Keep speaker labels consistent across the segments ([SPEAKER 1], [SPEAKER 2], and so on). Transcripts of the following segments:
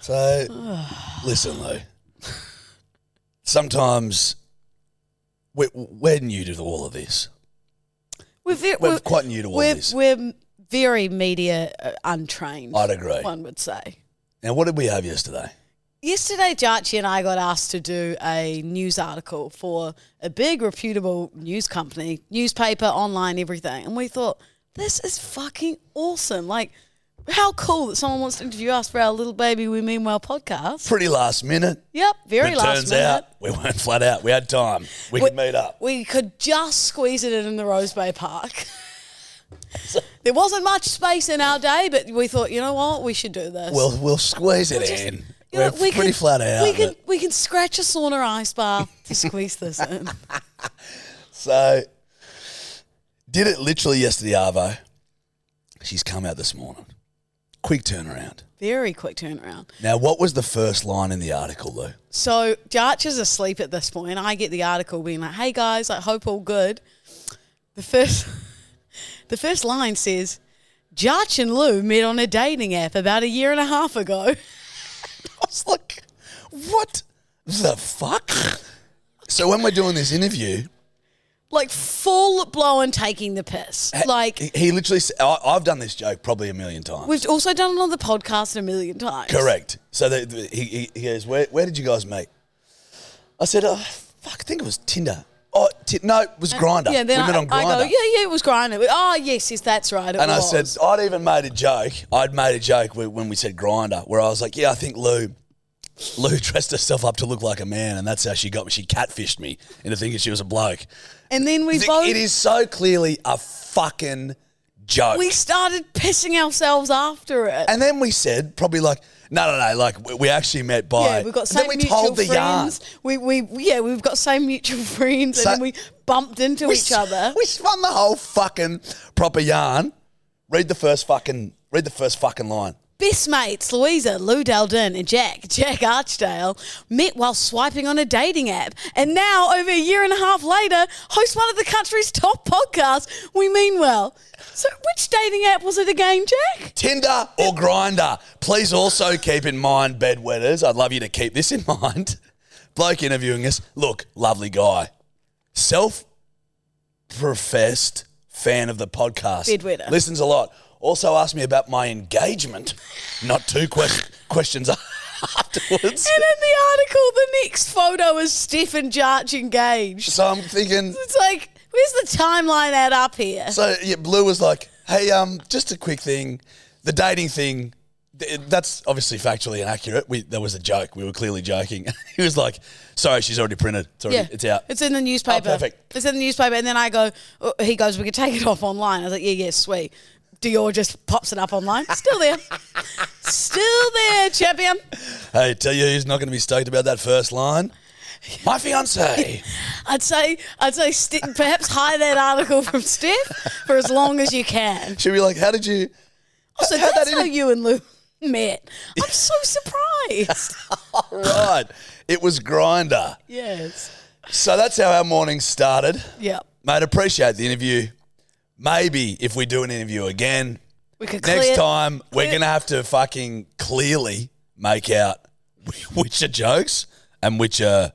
[SPEAKER 1] So, listen, though. Sometimes we're, we're new to all of this.
[SPEAKER 2] We're, ve-
[SPEAKER 1] We're quite new to all
[SPEAKER 2] we're,
[SPEAKER 1] this.
[SPEAKER 2] We're very media uh, untrained.
[SPEAKER 1] I'd agree.
[SPEAKER 2] One would say.
[SPEAKER 1] Now, what did we have yesterday?
[SPEAKER 2] Yesterday, Jarchi and I got asked to do a news article for a big, reputable news company, newspaper, online, everything. And we thought, this is fucking awesome. Like, how cool that someone wants to interview us for our Little Baby We Mean Well podcast.
[SPEAKER 1] Pretty last minute.
[SPEAKER 2] Yep, very
[SPEAKER 1] it
[SPEAKER 2] last
[SPEAKER 1] turns
[SPEAKER 2] minute.
[SPEAKER 1] out we weren't flat out. We had time. We, could meet up.
[SPEAKER 2] We could just squeeze it in in the Rose Bay Park. there wasn't much space in our day, but we thought, you know what, we should do this.
[SPEAKER 1] We'll we'll squeeze it
[SPEAKER 2] We'll just-
[SPEAKER 1] in.
[SPEAKER 2] you
[SPEAKER 1] We're
[SPEAKER 2] know, we
[SPEAKER 1] pretty
[SPEAKER 2] can-
[SPEAKER 1] flat out.
[SPEAKER 2] We can
[SPEAKER 1] but-
[SPEAKER 2] we can scratch a sauna ice bar to squeeze this in.
[SPEAKER 1] So did it literally yesterday, Arvo. She's come out this morning. Quick turnaround.
[SPEAKER 2] Very quick turnaround.
[SPEAKER 1] Now, what was the first line in the article, Lou?
[SPEAKER 2] So Jarch is asleep at this point. I get the article being like, "Hey guys, I hope all good." The first, the first line says, "Jarch and Lou met on a dating app about a year and a half ago."
[SPEAKER 1] I was like, what the fuck? So when we're doing this interview,
[SPEAKER 2] Like full blown taking the piss.
[SPEAKER 1] h-
[SPEAKER 2] Like
[SPEAKER 1] he, he literally, s- I, have done this joke probably a million times.
[SPEAKER 2] we've also done it on the podcast a million times.
[SPEAKER 1] Correct. So the, the, he, he- he goes, where, where did you guys meet? I said, oh, fuck, I think it was Tinder. Oh, ti no, it was Grinder.
[SPEAKER 2] Yeah, then
[SPEAKER 1] we met
[SPEAKER 2] I,
[SPEAKER 1] on
[SPEAKER 2] I
[SPEAKER 1] Grinder.
[SPEAKER 2] go, yeah, yeah, it was Grinder. Oh, yes, yes, that's right. It
[SPEAKER 1] and
[SPEAKER 2] was.
[SPEAKER 1] I said, I'd even made a joke. I'd made a joke whe- when we said grinder, where I was like, yeah, I think Lou, Lou dressed herself up to look like a man, and that's how she got me. She catfished me into thinking she was a bloke.
[SPEAKER 2] and then we
[SPEAKER 1] Th-
[SPEAKER 2] both
[SPEAKER 1] it is so clearly a fucking joke.
[SPEAKER 2] we started pissing ourselves after it.
[SPEAKER 1] and then we said, probably like, no, no, no, like we, we actually met by.
[SPEAKER 2] Yeah, we've got
[SPEAKER 1] then
[SPEAKER 2] same
[SPEAKER 1] we
[SPEAKER 2] mutual
[SPEAKER 1] told the yarn.
[SPEAKER 2] friends. We, we yeah, we've got same mutual friends,
[SPEAKER 1] So-
[SPEAKER 2] and then we bumped into
[SPEAKER 1] we
[SPEAKER 2] each
[SPEAKER 1] s-
[SPEAKER 2] other.
[SPEAKER 1] We spun the whole fucking proper yarn. Read the first fucking, read the first fucking line.
[SPEAKER 2] Best mates Louisa, Lou Daldin, and Jack, Jack Archdale, met while swiping on a dating app, and now over a year and a half later, host one of the country's top podcasts. We mean well. So, which dating app was it again, Jack?
[SPEAKER 1] Tinder or Grinder. Please also keep in mind, bedwetters. I'd love you to keep this in mind. Bloke interviewing us. Look, lovely guy. Self professed fan of the podcast.
[SPEAKER 2] Bedwetter.
[SPEAKER 1] Listens a lot. Also asked me about my engagement. Not two ques- questions afterwards.
[SPEAKER 2] And in the article, the next photo is Stefan Jarch engaged.
[SPEAKER 1] So I'm thinking.
[SPEAKER 2] It's like, where's the timeline add up here?
[SPEAKER 1] So yeah, Blue was like, "Hey, um, just a quick thing, the dating thing." th- That's obviously factually inaccurate. We that was a joke. We were clearly joking. he was like, "Sorry, she's already printed. It's, already, it's out."
[SPEAKER 2] It's in the newspaper.
[SPEAKER 1] Oh, perfect.
[SPEAKER 2] It's in the newspaper. And then I go, oh, he goes, we can take it off online. I was like, yeah, yeah, sweet. Dior just pops it up online. Still there. Still there, champion.
[SPEAKER 1] hey, tell you who's not going to be stoked about that first line. My fiance.
[SPEAKER 2] I'd say, I'd say, st- perhaps hide that article from Steph for as long as you can.
[SPEAKER 1] She'll be like, "How did you?"
[SPEAKER 2] So
[SPEAKER 1] How'd
[SPEAKER 2] that's
[SPEAKER 1] that
[SPEAKER 2] how
[SPEAKER 1] even-
[SPEAKER 2] you and Lou met. I'm so surprised.
[SPEAKER 1] Right, it was grinder.
[SPEAKER 2] yes.
[SPEAKER 1] So that's how our morning started,
[SPEAKER 2] Yep.
[SPEAKER 1] mate. Appreciate the interview. Maybe if we do an interview again,
[SPEAKER 2] We could clear,
[SPEAKER 1] Next time, we're
[SPEAKER 2] clear-
[SPEAKER 1] going to have to fucking clearly make out which are jokes and which are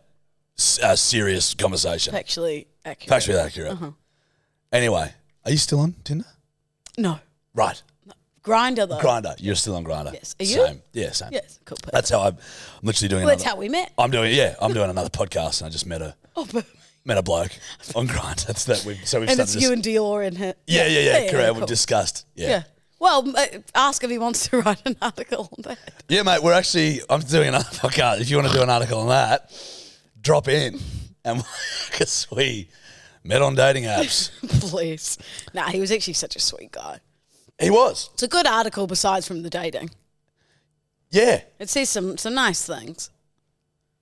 [SPEAKER 1] s- uh, serious conversation.
[SPEAKER 2] Actually, accurate. Uh-huh.
[SPEAKER 1] Factually accurate. Anyway, are you still on Tinder?
[SPEAKER 2] No.
[SPEAKER 1] Right.
[SPEAKER 2] Grinder though.
[SPEAKER 1] Grinder. You're still on Grinder.
[SPEAKER 2] Yes. Are you?
[SPEAKER 1] Same. Yeah, same.
[SPEAKER 2] Yes, cool. Perfect.
[SPEAKER 1] That's how I'm, I'm literally doing.
[SPEAKER 2] Well, that's
[SPEAKER 1] another-
[SPEAKER 2] how we met.
[SPEAKER 1] I'm doing. Yeah, I'm doing another podcast, and I just met a
[SPEAKER 2] Oh, but,
[SPEAKER 1] met a bloke on Grinder. That's that. We've, so we've
[SPEAKER 2] and
[SPEAKER 1] started.
[SPEAKER 2] it's
[SPEAKER 1] this-
[SPEAKER 2] you and Dior and her.
[SPEAKER 1] yeah, yeah, yeah. correct.
[SPEAKER 2] cool.
[SPEAKER 1] We've discussed. Yeah.
[SPEAKER 2] Yeah.
[SPEAKER 1] yeah,
[SPEAKER 2] Well, m- uh, ask if he wants to write an article on that.
[SPEAKER 1] mate. We're actually. I'm doing another podcast. If you want to do an article on that, drop in, and because we met on dating apps,
[SPEAKER 2] Please. Nah, he was actually such a sweet guy.
[SPEAKER 1] he was.
[SPEAKER 2] It's a good article besides from the dating.
[SPEAKER 1] Yeah,
[SPEAKER 2] It says some, some nice things.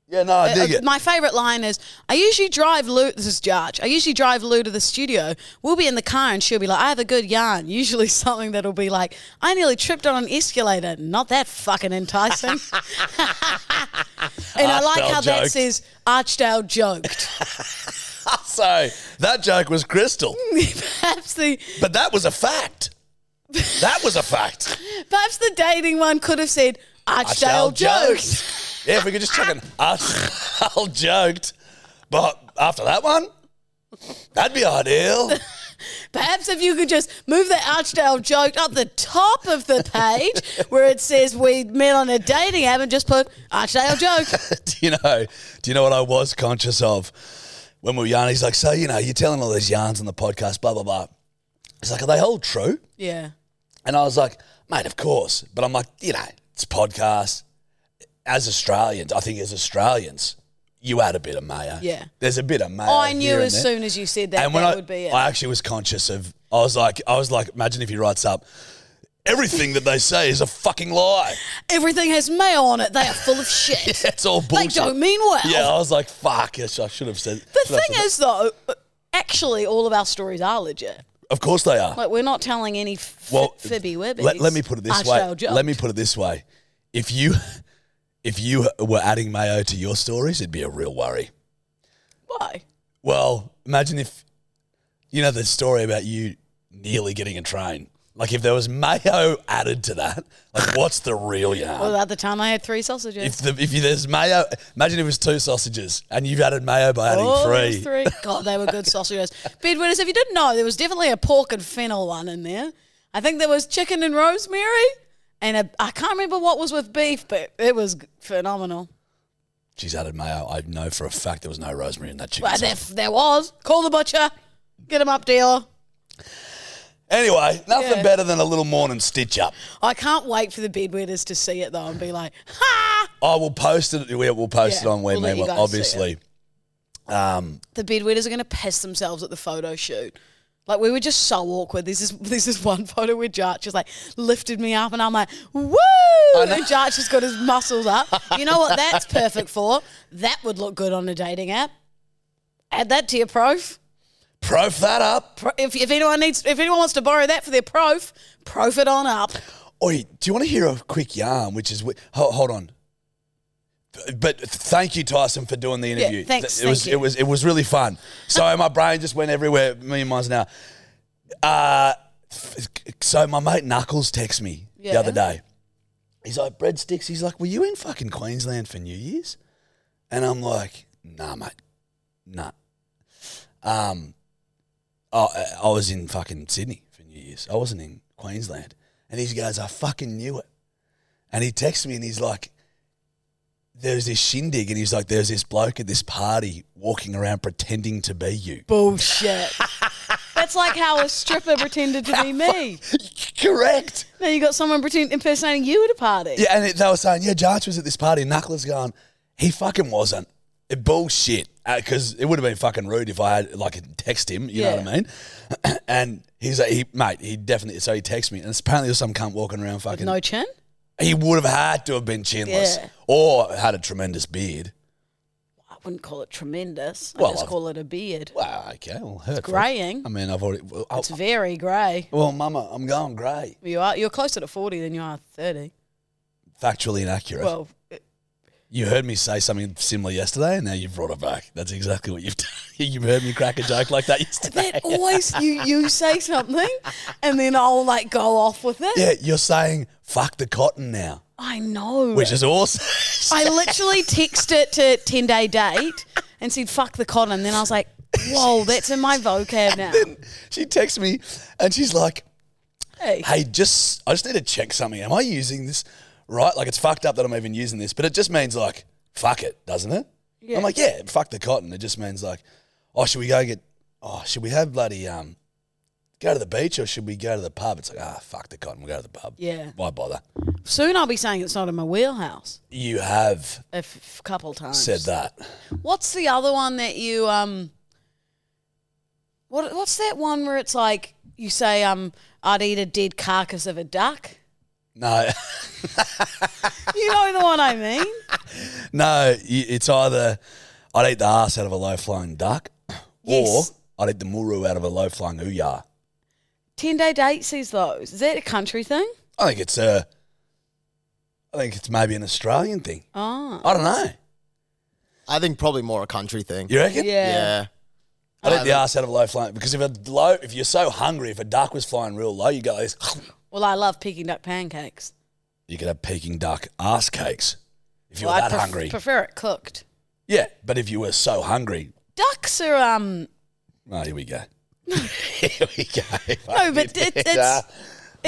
[SPEAKER 1] yeah. No, I
[SPEAKER 2] Uh,
[SPEAKER 1] dig
[SPEAKER 2] uh,
[SPEAKER 1] it.
[SPEAKER 2] My favourite line is, I usually drive Lou, this is Jarge, I usually drive Lou to the studio. We'll be in the car and she'll be like, I have a good yarn. Usually something that'll be like, I nearly tripped on an escalator. Not that fucking enticing. and I like
[SPEAKER 1] Archdale
[SPEAKER 2] how that
[SPEAKER 1] joked.
[SPEAKER 2] says, Archdale joked.
[SPEAKER 1] so that joke was crystal,
[SPEAKER 2] perhaps, the,
[SPEAKER 1] but that was a fact. That was a fact.
[SPEAKER 2] perhaps the dating one could have said, Archdale,
[SPEAKER 1] Archdale
[SPEAKER 2] joked.
[SPEAKER 1] joked. yeah, if we could just check in. Archdale joked. But after that one, that'd be ideal.
[SPEAKER 2] Perhaps if you could just move the Archdale joke up the top of the page where it says we met on a dating app and just put Archdale joke.
[SPEAKER 1] do you know? Do you know what I was conscious of when we were yarning? He's like, so you know, you're telling all these yarns on the podcast, blah blah blah. He's like, are they all true?
[SPEAKER 2] Yeah.
[SPEAKER 1] And I was like, mate, of course. But I'm like, you know, it's podcast. As Australians, I think as Australians, you add a bit of mayo.
[SPEAKER 2] Yeah.
[SPEAKER 1] There's a bit of mayo.
[SPEAKER 2] I knew
[SPEAKER 1] here and
[SPEAKER 2] as
[SPEAKER 1] there.
[SPEAKER 2] soon as you said that
[SPEAKER 1] and when
[SPEAKER 2] that
[SPEAKER 1] I,
[SPEAKER 2] would be it.
[SPEAKER 1] I actually was conscious of. I was like, I was like, imagine if he writes up everything that they say is a fucking lie.
[SPEAKER 2] Everything has mail on it. They are full of shit.
[SPEAKER 1] It's all
[SPEAKER 2] they
[SPEAKER 1] bullshit.
[SPEAKER 2] don't mean well.
[SPEAKER 1] Yeah, I was like, fuck. Yes, I should have said.
[SPEAKER 2] The thing is, though, actually, all of our stories are legit.
[SPEAKER 1] of course they are.
[SPEAKER 2] Like, we're not telling any f- fibby webbies.
[SPEAKER 1] Let, let me put it this way.
[SPEAKER 2] Archdale joke.
[SPEAKER 1] Let me put it this way. If you, if you were adding mayo to your stories, it'd be a real worry.
[SPEAKER 2] Why?
[SPEAKER 1] Well, imagine if, you know, the story about you nearly getting a train. Like if there was mayo added to that, like what's the real yarn?
[SPEAKER 2] Well, at the time, I had three sausages.
[SPEAKER 1] If the if you, there's mayo, imagine if it was two sausages and you've added mayo by adding
[SPEAKER 2] Oh, there
[SPEAKER 1] three.
[SPEAKER 2] was three. God, they were good sausages. Bedwinners, if you didn't know, there was definitely a pork and fennel one in there. I think there was chicken and rosemary, and a, I can't remember what was with beef, but it was g- phenomenal.
[SPEAKER 1] She's added mayo. I know for a fact there was no rosemary in that chicken.
[SPEAKER 2] Well, there,
[SPEAKER 1] sausage.
[SPEAKER 2] there was. Call the butcher. Get him up, dealer.
[SPEAKER 1] Anyway, nothing
[SPEAKER 2] Yeah.
[SPEAKER 1] better than a little morning stitch up.
[SPEAKER 2] I can't wait for the bedwetters to see it, though, and be like, ha!
[SPEAKER 1] I will post it. We will post
[SPEAKER 2] Yeah,
[SPEAKER 1] it on Where
[SPEAKER 2] we'll let you
[SPEAKER 1] Meanwhile,
[SPEAKER 2] guys see
[SPEAKER 1] obviously. Um,
[SPEAKER 2] The bedwetters are going to piss themselves at the photo shoot. Like, we were just so awkward. This is this is one photo where Jarch just like lifted me up, and I'm like, woo!
[SPEAKER 1] know.
[SPEAKER 2] And Jarch has got his muscles up. You know what that's perfect for? That would look good on a dating app. Add that to your prof.
[SPEAKER 1] prof that up.
[SPEAKER 2] Pro- If, if anyone needs, if anyone wants to borrow that for their prof, prof it on up.
[SPEAKER 1] Oi, do you want to hear a quick yarn? Which is, wh- hold, hold on. But thank you, Tyson, for doing the interview.
[SPEAKER 2] thanks,
[SPEAKER 1] It was
[SPEAKER 2] thank you.
[SPEAKER 1] it was it was really fun. So my brain just went everywhere, a million miles an hour. Uh, f- so my mate Knuckles texted me the
[SPEAKER 2] Yeah.
[SPEAKER 1] other day. He's like breadsticks. He's like, were you in fucking Queensland for New Year's? And I'm like, nah, mate, nah. Um, I, I was in fucking Sydney for New Year's. I wasn't in Queensland. And he goes, I fucking knew it. And he texts me and he's like, there's this shindig. And he's like, there's this bloke at this party walking around pretending to be you.
[SPEAKER 2] Bullshit. That's like how a stripper pretended to be me.
[SPEAKER 1] Correct.
[SPEAKER 2] Now you got someone pretend impersonating you at a party.
[SPEAKER 1] Yeah. And it, they were saying, yeah, Jarch was at this party. And Knuckles going, he fucking wasn't. It, bullshit. Because it would have been fucking rude if I had, like, text him. You know
[SPEAKER 2] Yeah.
[SPEAKER 1] what I mean? and he's like, he, mate, he definitely, so he texts me. And it's apparently there's some cunt walking around
[SPEAKER 2] With
[SPEAKER 1] fucking.
[SPEAKER 2] no chin.
[SPEAKER 1] He would have had to have been chinless
[SPEAKER 2] Yeah.
[SPEAKER 1] or had a tremendous beard.
[SPEAKER 2] I wouldn't call it tremendous. I
[SPEAKER 1] Well,
[SPEAKER 2] just
[SPEAKER 1] I've-
[SPEAKER 2] call it a beard.
[SPEAKER 1] Well, okay, well, hurt. for it.
[SPEAKER 2] greying.
[SPEAKER 1] I mean, I've already. Well, I,
[SPEAKER 2] It's very grey.
[SPEAKER 1] well, Mama, I'm going grey.
[SPEAKER 2] You are you're closer to forty than you are thirty.
[SPEAKER 1] Factually inaccurate.
[SPEAKER 2] Well, it-
[SPEAKER 1] you heard me say something similar yesterday, and now you've brought it back. That's exactly what you've done. you heard me crack a joke like that yesterday.
[SPEAKER 2] that always you you say something, and then I'll like go off with it.
[SPEAKER 1] yeah, you're saying fuck the cotton now,
[SPEAKER 2] I know.
[SPEAKER 1] which is awesome.
[SPEAKER 2] I literally texted it to ten day date and said fuck the cotton. Then I was like, whoa, that's in my vocab now.
[SPEAKER 1] she texts me, and she's like,
[SPEAKER 2] Hey.
[SPEAKER 1] hey, just I just need to check something. Am I using this right? Like it's fucked up that I'm even using this, but it just means like fuck it, doesn't it?
[SPEAKER 2] Yeah.
[SPEAKER 1] I'm like, yeah, fuck the cotton. It just means like, oh, should we go get? Oh, should we have bloody um, go to the beach or should we go to the pub? It's like ah, fuck the cotton. We'll go to the pub.
[SPEAKER 2] Yeah.
[SPEAKER 1] Why bother?
[SPEAKER 2] Soon I'll be saying it's not in my wheelhouse
[SPEAKER 1] You have
[SPEAKER 2] a f- couple times.
[SPEAKER 1] said that.
[SPEAKER 2] What's the other one that you um? What what's that one where it's like you say um I'd eat a dead carcass of a duck?
[SPEAKER 1] No,
[SPEAKER 2] You know the one I mean.
[SPEAKER 1] no. you- It's either I'd eat the ass out of a low flying duck,
[SPEAKER 2] Yes.
[SPEAKER 1] or I'd eat the muru out of a low flying ouya.
[SPEAKER 2] Ten day dates is those. Is that a country thing?
[SPEAKER 1] I think it's a. I think it's maybe an Australian thing.
[SPEAKER 2] Oh.
[SPEAKER 1] I don't know.
[SPEAKER 3] I think probably more a country thing.
[SPEAKER 1] You reckon?
[SPEAKER 3] Yeah.
[SPEAKER 1] I'd eat
[SPEAKER 3] I
[SPEAKER 1] the
[SPEAKER 3] don't-
[SPEAKER 1] ass out of a low flying because if a low, if you're so hungry, if a duck was flying real low, you go like this.
[SPEAKER 2] Well, I love Peking duck pancakes.
[SPEAKER 1] You could have Peking duck ass cakes if you
[SPEAKER 2] Well,
[SPEAKER 1] were
[SPEAKER 2] I
[SPEAKER 1] that
[SPEAKER 2] pref-
[SPEAKER 1] hungry.
[SPEAKER 2] Prefer it cooked.
[SPEAKER 1] yeah, but if you were so hungry,
[SPEAKER 2] Ducks are um.
[SPEAKER 1] oh, here we go. here we go.
[SPEAKER 2] No, but it, it's it's
[SPEAKER 1] saw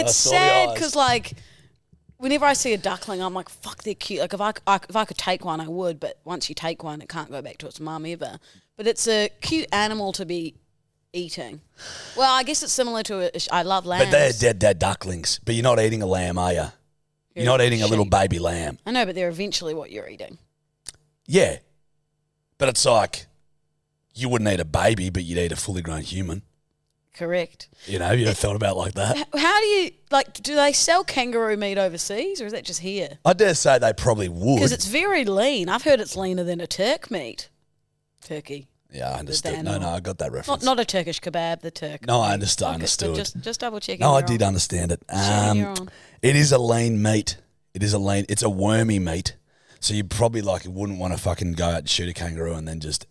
[SPEAKER 1] the
[SPEAKER 2] sad
[SPEAKER 1] eyes.
[SPEAKER 2] because like whenever I see a duckling, I'm like, fuck, they're cute. Like if I, c- I c- if I could take one, I would. But once you take one, it can't go back to its mum ever. But it's a cute animal to be eating. Well, I guess it's similar to a, I love lambs.
[SPEAKER 1] But they're dead, dead ducklings. But you're not eating a lamb, are you? You're not eating a little
[SPEAKER 2] Sheep.
[SPEAKER 1] baby lamb.
[SPEAKER 2] I know, but they're eventually what you're eating.
[SPEAKER 1] Yeah, but it's like you wouldn't eat a baby, but you'd eat a fully grown human.
[SPEAKER 2] Correct.
[SPEAKER 1] You know, you ever thought about it like that?
[SPEAKER 2] H- How do you like? Do they sell kangaroo meat overseas, or is that just here?
[SPEAKER 1] I dare say they probably would.
[SPEAKER 2] Because it's very lean. I've heard it's leaner than a Turk meat. Turkey.
[SPEAKER 1] yeah, I understood. No, no,
[SPEAKER 2] animal.
[SPEAKER 1] I got that
[SPEAKER 2] Not,
[SPEAKER 1] reference.
[SPEAKER 2] not a Turkish kebab, the Turk.
[SPEAKER 1] No, I
[SPEAKER 2] meat.
[SPEAKER 1] understand-
[SPEAKER 2] Okay, so
[SPEAKER 1] understood.
[SPEAKER 2] Just, just double checking.
[SPEAKER 1] no, I
[SPEAKER 2] you're
[SPEAKER 1] did
[SPEAKER 2] on.
[SPEAKER 1] understand it.
[SPEAKER 2] Assuming you're
[SPEAKER 1] Um,
[SPEAKER 2] on.
[SPEAKER 1] it is a lean meat. It is a lean. It's a wormy meat. So you probably like wouldn't want to fucking go out and shoot a kangaroo and then just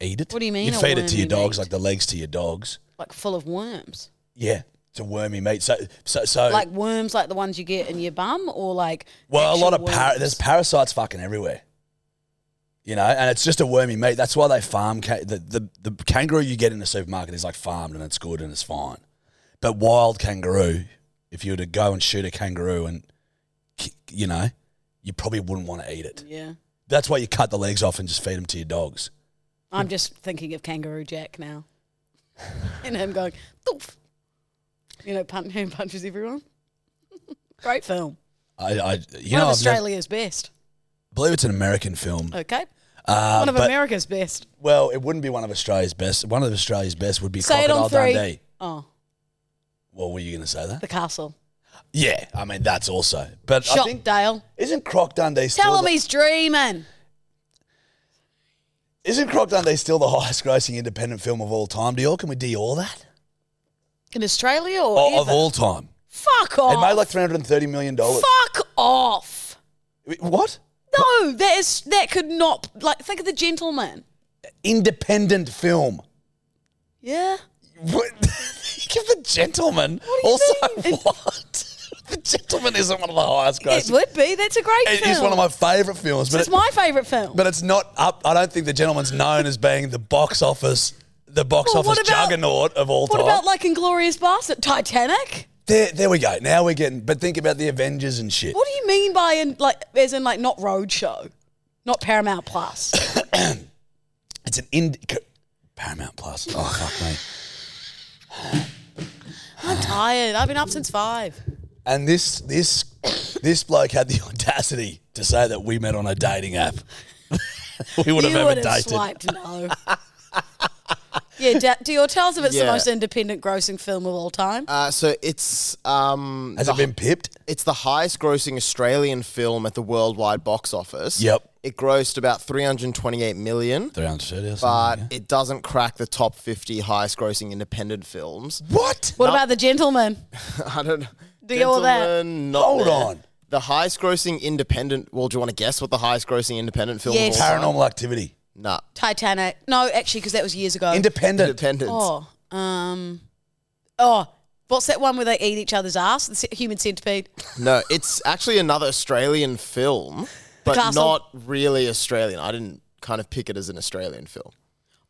[SPEAKER 1] eat it.
[SPEAKER 2] What do you mean
[SPEAKER 1] You'd
[SPEAKER 2] a
[SPEAKER 1] feed it to your
[SPEAKER 2] wormy
[SPEAKER 1] dogs,
[SPEAKER 2] meat?
[SPEAKER 1] like the legs to your dogs.
[SPEAKER 2] Like full of worms.
[SPEAKER 1] Yeah, it's a wormy meat. So, so, so.
[SPEAKER 2] Like worms, like the ones you get in your bum, or like.
[SPEAKER 1] Oh. well, a lot
[SPEAKER 2] actual
[SPEAKER 1] of par-
[SPEAKER 2] worms?
[SPEAKER 1] there's parasites fucking everywhere. You know, and it's just a wormy meat. That's why they farm ca- the, the the kangaroo you get in the supermarket is like farmed and it's good and it's fine. But wild kangaroo, if you were to go and shoot a kangaroo and ki- you know, you probably wouldn't want to eat it.
[SPEAKER 2] Yeah.
[SPEAKER 1] That's why you cut the legs off and just feed them to your dogs.
[SPEAKER 2] I'm just thinking of Kangaroo Jack now, and him going, Doof. you know, punch, him punches everyone. Great film.
[SPEAKER 1] I, I you
[SPEAKER 2] One
[SPEAKER 1] know,
[SPEAKER 2] of
[SPEAKER 1] I've never-
[SPEAKER 2] Australia's best.
[SPEAKER 1] I believe it's an American film.
[SPEAKER 2] Okay.
[SPEAKER 1] Uh,
[SPEAKER 2] Oh, One of
[SPEAKER 1] but-
[SPEAKER 2] America's best.
[SPEAKER 1] Well, it wouldn't be one of Australia's best. One of Australia's best would be
[SPEAKER 2] Say it
[SPEAKER 1] Crocodile
[SPEAKER 2] on three.
[SPEAKER 1] Dundee.
[SPEAKER 2] Oh,
[SPEAKER 1] Well, were you going to say that?
[SPEAKER 2] the castle.
[SPEAKER 1] Yeah, I mean that's also. But I
[SPEAKER 2] Shot
[SPEAKER 1] think
[SPEAKER 2] Dale.
[SPEAKER 1] isn't Croc Dundee still
[SPEAKER 2] Tell him
[SPEAKER 1] the,
[SPEAKER 2] he's dreaming.
[SPEAKER 1] isn't Croc Dundee still the highest grossing independent film of all time? Do you all can we do all that?
[SPEAKER 2] In Australia or
[SPEAKER 1] Oh, of
[SPEAKER 2] ever?
[SPEAKER 1] all time.
[SPEAKER 2] Fuck off.
[SPEAKER 1] It made like three hundred and thirty million dollars.
[SPEAKER 2] Fuck off.
[SPEAKER 1] What?
[SPEAKER 2] No, that is that could not like think of the gentleman.
[SPEAKER 1] Independent film.
[SPEAKER 2] Yeah.
[SPEAKER 1] What? Give the gentleman
[SPEAKER 2] What do you
[SPEAKER 1] also
[SPEAKER 2] mean?
[SPEAKER 1] what? the gentleman isn't one of the highest
[SPEAKER 2] It
[SPEAKER 1] grossing.
[SPEAKER 2] would be. That's a great
[SPEAKER 1] It
[SPEAKER 2] film.
[SPEAKER 1] is one of my favourite films, but
[SPEAKER 2] it's
[SPEAKER 1] it-
[SPEAKER 2] my favourite film.
[SPEAKER 1] But it's not up. I don't think the gentleman's known as being the box office, the box
[SPEAKER 2] Well,
[SPEAKER 1] office
[SPEAKER 2] what about-
[SPEAKER 1] juggernaut of all
[SPEAKER 2] what
[SPEAKER 1] time.
[SPEAKER 2] about like Inglorious Bastard? Titanic?
[SPEAKER 1] there, there we go. Now we're getting. But think about the Avengers and shit.
[SPEAKER 2] What do you mean by in like as in like not Roadshow? Not Paramount Plus.
[SPEAKER 1] It's an ind. c- Paramount Plus. Oh fuck me.
[SPEAKER 2] I'm tired. I've been up since five.
[SPEAKER 1] And this this this bloke had the audacity to say that we met on a dating app. we would have
[SPEAKER 2] you
[SPEAKER 1] ever
[SPEAKER 2] would have
[SPEAKER 1] dated.
[SPEAKER 2] swiped no. yeah, da- Dior, tell us if it's the
[SPEAKER 3] Yeah.
[SPEAKER 2] most independent grossing film of all time.
[SPEAKER 3] Uh, so it's um,
[SPEAKER 1] Has
[SPEAKER 3] the
[SPEAKER 1] it been pipped?
[SPEAKER 3] It's the highest grossing Australian film at the worldwide box office.
[SPEAKER 1] Yep.
[SPEAKER 3] It grossed about 328 million,
[SPEAKER 1] Three hundred thirty or
[SPEAKER 3] but
[SPEAKER 1] something.
[SPEAKER 3] it doesn't crack the top 50 highest grossing independent films.
[SPEAKER 1] yeah. what?
[SPEAKER 2] what about The Gentleman?
[SPEAKER 3] I don't
[SPEAKER 2] Do you all that?
[SPEAKER 3] Gentlemen, not
[SPEAKER 1] Hold
[SPEAKER 3] there.
[SPEAKER 1] on.
[SPEAKER 3] The highest grossing independent, well, do you want to guess what the highest grossing independent film
[SPEAKER 2] Yes.
[SPEAKER 3] of all time?
[SPEAKER 1] Paranormal Activity.
[SPEAKER 3] Nah.
[SPEAKER 2] Titanic. No, actually, because that was years ago.
[SPEAKER 1] Independent.
[SPEAKER 3] Independence.
[SPEAKER 2] Oh, um, oh, what's that one where they eat each other's ass? The c- human centipede.
[SPEAKER 3] No, it's actually another Australian film, but
[SPEAKER 2] Castle.
[SPEAKER 3] not really Australian. I didn't kind of pick it as an Australian film.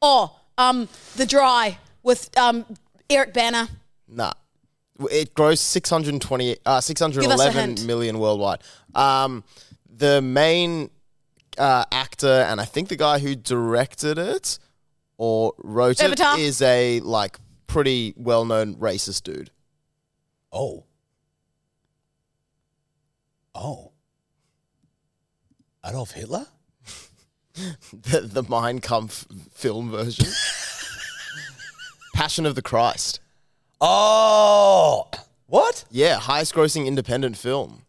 [SPEAKER 2] Oh, um, the dry with um Eric Banner.
[SPEAKER 3] Nah. It grossed 620, uh,
[SPEAKER 2] hint.
[SPEAKER 3] 611 million worldwide. Um, the main uh, actor and I think the guy who directed it or wrote
[SPEAKER 2] Avatar?
[SPEAKER 3] it is a like pretty well-known racist dude.
[SPEAKER 1] Oh. Oh. Adolf Hitler?
[SPEAKER 3] The, the Mein Kampf film version. Passion of the Christ.
[SPEAKER 1] Oh. What?
[SPEAKER 3] Yeah, highest grossing independent film.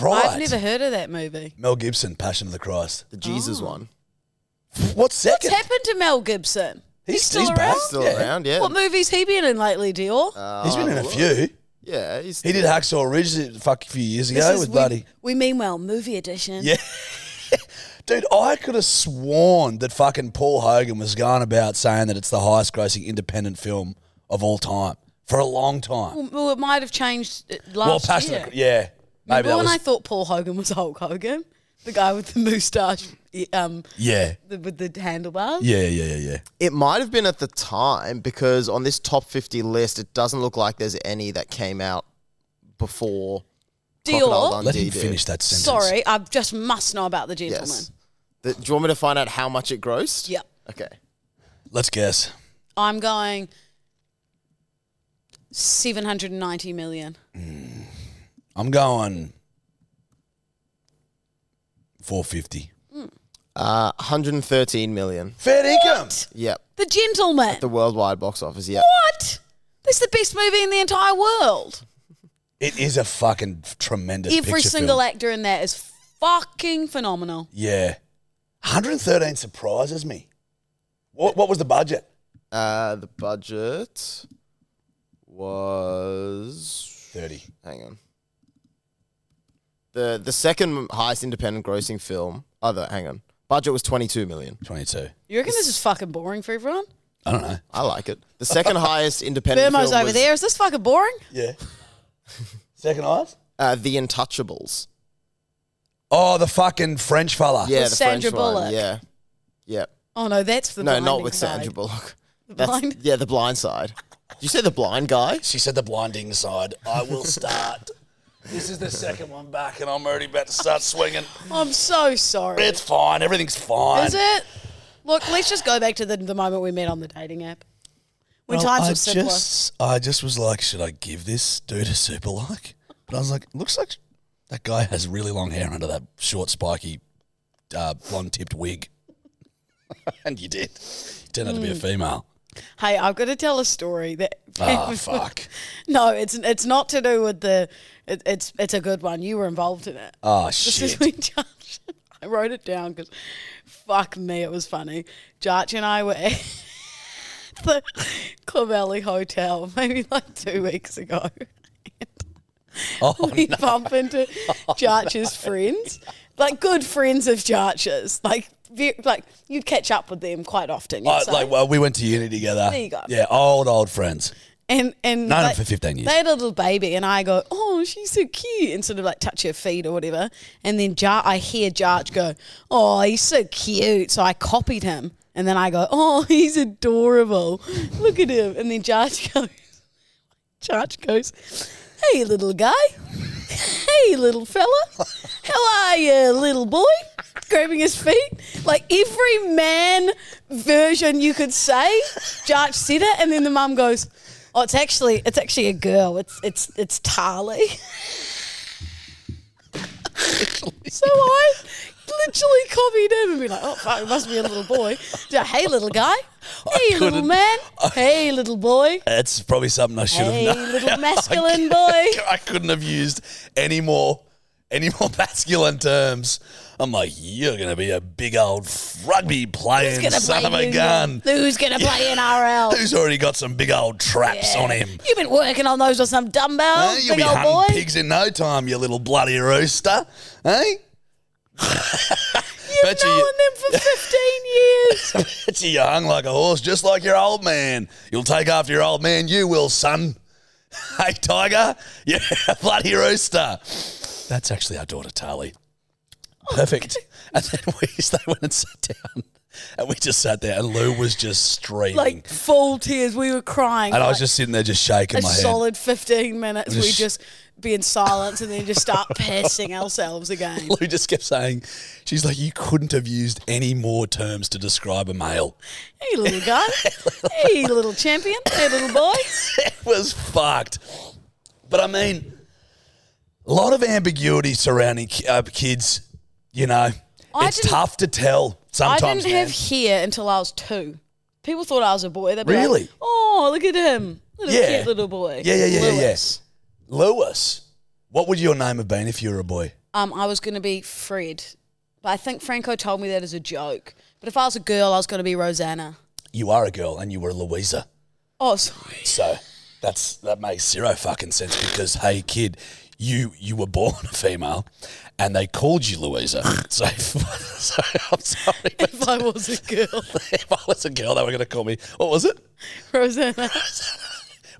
[SPEAKER 1] Right.
[SPEAKER 2] I've never heard of that movie.
[SPEAKER 1] Mel Gibson, Passion of the Christ.
[SPEAKER 3] The Jesus
[SPEAKER 2] Oh.
[SPEAKER 3] one.
[SPEAKER 1] What's second?
[SPEAKER 2] What's happened to Mel Gibson? He's, still around.
[SPEAKER 1] back,
[SPEAKER 3] Still
[SPEAKER 1] yeah.
[SPEAKER 3] around, yeah.
[SPEAKER 2] What movie's he been in lately, Dior?
[SPEAKER 3] Uh,
[SPEAKER 1] He's been in a
[SPEAKER 3] look.
[SPEAKER 1] few.
[SPEAKER 3] Yeah, he's
[SPEAKER 1] He did Hacksaw Ridge fuck a few years
[SPEAKER 2] This
[SPEAKER 1] ago
[SPEAKER 2] is
[SPEAKER 1] with
[SPEAKER 2] we,
[SPEAKER 1] Bloody.
[SPEAKER 2] We mean well, movie edition.
[SPEAKER 1] Yeah. Dude, I could have sworn that fucking Paul Hogan was going about saying that it's the highest grossing independent film of all time for a long time.
[SPEAKER 2] Well, well, it might have changed uh, last
[SPEAKER 1] well, Passion
[SPEAKER 2] year.
[SPEAKER 1] of the Yeah. Maybe
[SPEAKER 2] Remember
[SPEAKER 1] that
[SPEAKER 2] when
[SPEAKER 1] was.
[SPEAKER 2] I thought Paul Hogan was Hulk Hogan, the guy with the moustache, y- um,
[SPEAKER 1] yeah.
[SPEAKER 2] the, with the handlebars.
[SPEAKER 1] Yeah, yeah, yeah, yeah.
[SPEAKER 3] It might have been at the time because on this top 50 list, it doesn't look like there's any that came out before
[SPEAKER 2] Dior.
[SPEAKER 3] Crocodile Dundee.
[SPEAKER 1] Let him
[SPEAKER 3] did.
[SPEAKER 1] finish that sentence.
[SPEAKER 2] Sorry, I just must know about the gentleman.
[SPEAKER 3] Yes. The- do you want me to find out how much it grossed?
[SPEAKER 2] Yep.
[SPEAKER 3] Okay.
[SPEAKER 1] Let's guess.
[SPEAKER 2] I'm going seven hundred and ninety million.
[SPEAKER 1] I'm going 450.
[SPEAKER 3] Uh, 113 million.
[SPEAKER 1] Fair income.
[SPEAKER 3] Yep.
[SPEAKER 2] The gentleman.
[SPEAKER 3] The worldwide box office. Yep.
[SPEAKER 2] what? That's the best movie in the entire world.
[SPEAKER 1] It is a fucking tremendous
[SPEAKER 2] Every
[SPEAKER 1] picture
[SPEAKER 2] single
[SPEAKER 1] film.
[SPEAKER 2] actor in that is fucking phenomenal.
[SPEAKER 1] Yeah. 113 surprises me. What, what was the budget?
[SPEAKER 3] Uh, the budget was.
[SPEAKER 1] 30.
[SPEAKER 3] Hang on. The the second highest independent grossing film. Other. Hang on. Budget was 22 million.
[SPEAKER 1] 22.
[SPEAKER 2] You reckon this is fucking boring for everyone?
[SPEAKER 1] I don't know.
[SPEAKER 3] I like it. The second highest independent
[SPEAKER 2] Burmo's
[SPEAKER 3] film
[SPEAKER 2] over
[SPEAKER 3] was,
[SPEAKER 2] there. Is this fucking boring?
[SPEAKER 1] Yeah. Second eyes?
[SPEAKER 3] Uh, the Untouchables.
[SPEAKER 1] Oh, the fucking French fella.
[SPEAKER 3] Yeah,
[SPEAKER 2] Ah. With
[SPEAKER 3] the
[SPEAKER 2] Sandra
[SPEAKER 3] French one.
[SPEAKER 2] Bullock.
[SPEAKER 3] Yeah, yeah.
[SPEAKER 2] Oh no, that's the
[SPEAKER 3] no,
[SPEAKER 2] Blinding
[SPEAKER 3] not with
[SPEAKER 2] Side.
[SPEAKER 3] Sandra Bullock. The
[SPEAKER 2] blind-
[SPEAKER 3] Yeah, the Blind Side. Did you say the blind guy?
[SPEAKER 1] She said the blinding side. I will start. this is the second one back, and I'm already about to start swinging.
[SPEAKER 2] I'm so sorry.
[SPEAKER 1] It's fine. Everything's fine.
[SPEAKER 2] Is it? Look, let's just go back to the, the moment we met on the dating app. When
[SPEAKER 1] Well,
[SPEAKER 2] times
[SPEAKER 1] I
[SPEAKER 2] were simpler.
[SPEAKER 1] just, I just was like, should I give this dude a super like? But I was like, looks like that guy has really long hair under that short, spiky, uh, blonde tipped wig. and you did. Turned out to be
[SPEAKER 2] Mm.
[SPEAKER 1] a female.
[SPEAKER 2] Hey, I've got to tell a story that.
[SPEAKER 1] Ah, fuck.
[SPEAKER 2] No, it's it's not to do with the. It, it's it's a good one. You were involved in it.
[SPEAKER 1] Oh,
[SPEAKER 2] This
[SPEAKER 1] shit.
[SPEAKER 2] is when Jarch. I wrote it down because, fuck me, it was funny. Jarch and I were at the Clovelly Hotel maybe like two weeks ago.
[SPEAKER 1] oh,
[SPEAKER 2] we bump into Jarch's friends, like good friends of Jarch's. Like, ve- like you'd catch up with them quite often. you'd
[SPEAKER 1] I,
[SPEAKER 2] say.
[SPEAKER 1] Uh, like, well, we went to uni together.
[SPEAKER 2] There you go.
[SPEAKER 1] Yeah, old, old friends.
[SPEAKER 2] and and
[SPEAKER 1] Known them
[SPEAKER 2] they-
[SPEAKER 1] for 15 years.
[SPEAKER 2] They had a little baby, and I go, "Oh, she's so cute," and sort of like touch her feet or whatever. And then Jar, I hear Jarch go, "Oh, he's so cute," so I copied him. And then I go, "Oh, he's adorable. Look at him." And then Jarch goes, Jarch goes, "Hey, little guy." hey little fella how are you little boy grabbing his feet like every man version you could say Jarch said it and then the mum goes oh it's actually it's actually a girl it's it's it's Tarly so I literally copied him and be like oh fuck it must be a little boy Just, hey little guy hey little
[SPEAKER 1] couldn't-
[SPEAKER 2] man hey little boy
[SPEAKER 1] That's probably something I should
[SPEAKER 2] Hey,
[SPEAKER 1] have known.
[SPEAKER 2] little masculine boy.
[SPEAKER 1] I couldn't have used any more, any more masculine terms. I'm like, you're gonna be a big old rugby
[SPEAKER 2] Who's
[SPEAKER 1] playing
[SPEAKER 2] gonna
[SPEAKER 1] son
[SPEAKER 2] play
[SPEAKER 1] of a
[SPEAKER 2] union?
[SPEAKER 1] gun.
[SPEAKER 2] Who's gonna play NRL?
[SPEAKER 1] Who's already got some big old traps on him?
[SPEAKER 2] You've been working on those with some dumbbell,
[SPEAKER 1] Eh, you'll
[SPEAKER 2] Oh, big
[SPEAKER 1] be
[SPEAKER 2] old
[SPEAKER 1] hunting
[SPEAKER 2] boy.
[SPEAKER 1] pigs in no time, you little bloody rooster. Hey,
[SPEAKER 2] You've
[SPEAKER 1] Bet you-
[SPEAKER 2] known them for 15 years.
[SPEAKER 1] bet you you hung like a horse, just like your old man. You'll take after your old man, you will, son. Hey, tiger, you're a bloody rooster. That's actually our daughter, Tali. Perfect. and then we they went and sat down And we just sat there, and Lou was just streaming.
[SPEAKER 2] Like full tears. We were crying.
[SPEAKER 1] and I was
[SPEAKER 2] like,
[SPEAKER 1] just sitting there, just shaking
[SPEAKER 2] a
[SPEAKER 1] my head.
[SPEAKER 2] solid 15 minutes. we
[SPEAKER 1] Just-
[SPEAKER 2] just be in silence and then just start piercing ourselves again.
[SPEAKER 1] Lou just kept saying, "She's like, you couldn't have used any more terms to describe a male."
[SPEAKER 2] Hey, little guy. hey, little champion. Hey, little boy.
[SPEAKER 1] it was fucked. But I mean, a lot of ambiguity surrounding ki- uh, kids. You know,
[SPEAKER 2] I
[SPEAKER 1] it's
[SPEAKER 2] didn't-
[SPEAKER 1] tough to tell sometimes.
[SPEAKER 2] I didn't
[SPEAKER 1] man.
[SPEAKER 2] have hair until I was two. People thought I was a boy. They'd be
[SPEAKER 1] Really?
[SPEAKER 2] Like, oh, look at him. Little
[SPEAKER 1] Yeah.
[SPEAKER 2] cute little boy.
[SPEAKER 1] Yeah, yeah, yeah, yeah, yeah.
[SPEAKER 2] Lewis.
[SPEAKER 1] Lewis, what would your name have been if you were a boy?
[SPEAKER 2] Um, I was going to be Fred. But I think Franco told me that as a joke. But if I was a girl, I was going to be Rosanna.
[SPEAKER 1] You are a girl and you were Louisa.
[SPEAKER 2] Oh, sorry.
[SPEAKER 1] So that's that makes zero fucking sense because hey kid, you you were born a female and they called you Louisa. So, if- so I'm sorry. But
[SPEAKER 2] If I was a girl,
[SPEAKER 1] if I was a girl, they were going to call me. What was it?
[SPEAKER 2] Rosanna.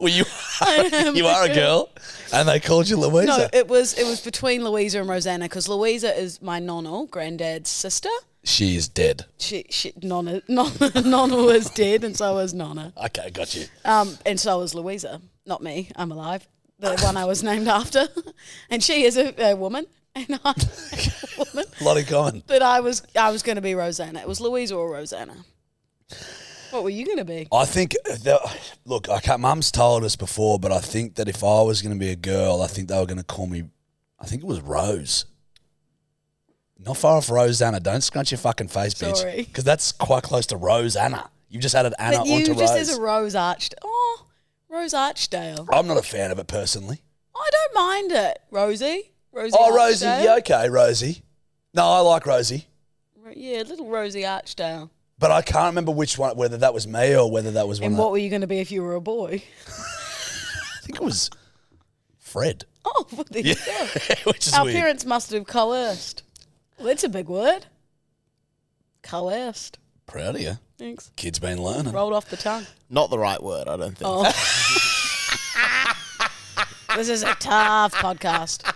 [SPEAKER 1] Well, you
[SPEAKER 2] I
[SPEAKER 1] are,
[SPEAKER 2] am
[SPEAKER 1] you
[SPEAKER 2] a
[SPEAKER 1] are a girl,
[SPEAKER 2] girl.
[SPEAKER 1] and they called you Louisa.
[SPEAKER 2] No, it was it was between Louisa and Rosanna because Louisa is my nono, granddad's sister.
[SPEAKER 1] she is dead.
[SPEAKER 2] She, she nonna, nonna, nonna was dead, and so was nonna.
[SPEAKER 1] Okay, got you.
[SPEAKER 2] Um, and so was Louisa, not me. I'm alive. The one I was named after, and she is a, a woman, and I'm a woman.
[SPEAKER 1] A lot in common.
[SPEAKER 2] But I was I was going to be Rosanna. It was Louisa or Rosanna. What were you going to be?
[SPEAKER 1] I think that, look, I can't, Mum's told us before, but I think that if I was going to be a girl, I think they were going to call me. I think it was Rose. Not far off Rosanna. Don't scrunch your fucking face, bitch,
[SPEAKER 2] Sorry.
[SPEAKER 1] because that's quite close to Rosanna. You just added Anna
[SPEAKER 2] but you
[SPEAKER 1] onto
[SPEAKER 2] just
[SPEAKER 1] Rose.
[SPEAKER 2] as a Rose Arch. Oh, Rose Archdale.
[SPEAKER 1] I'm not a fan of it personally.
[SPEAKER 2] I don't mind it, Rosie. Rosie.
[SPEAKER 1] oh, Rosie.
[SPEAKER 2] Archdale.
[SPEAKER 1] Yeah, okay, Rosie. No, I like Rosie,
[SPEAKER 2] Ro- Yeah, little Rosie Archdale.
[SPEAKER 1] but I can't remember which one. Whether that was me or whether that was one.
[SPEAKER 2] And
[SPEAKER 1] of the-
[SPEAKER 2] what were you going to be if you were a boy?
[SPEAKER 1] I think it was Fred.
[SPEAKER 2] Oh, well, there you go.
[SPEAKER 1] which is
[SPEAKER 2] Our
[SPEAKER 1] weird.
[SPEAKER 2] parents must have coerced. Well, that's a big word. Coerced.
[SPEAKER 1] Proud of you.
[SPEAKER 2] Thanks.
[SPEAKER 1] Kids been learning.
[SPEAKER 2] Rolled off the tongue.
[SPEAKER 3] Not the right word, I don't think.
[SPEAKER 2] Oh. this is a tough podcast.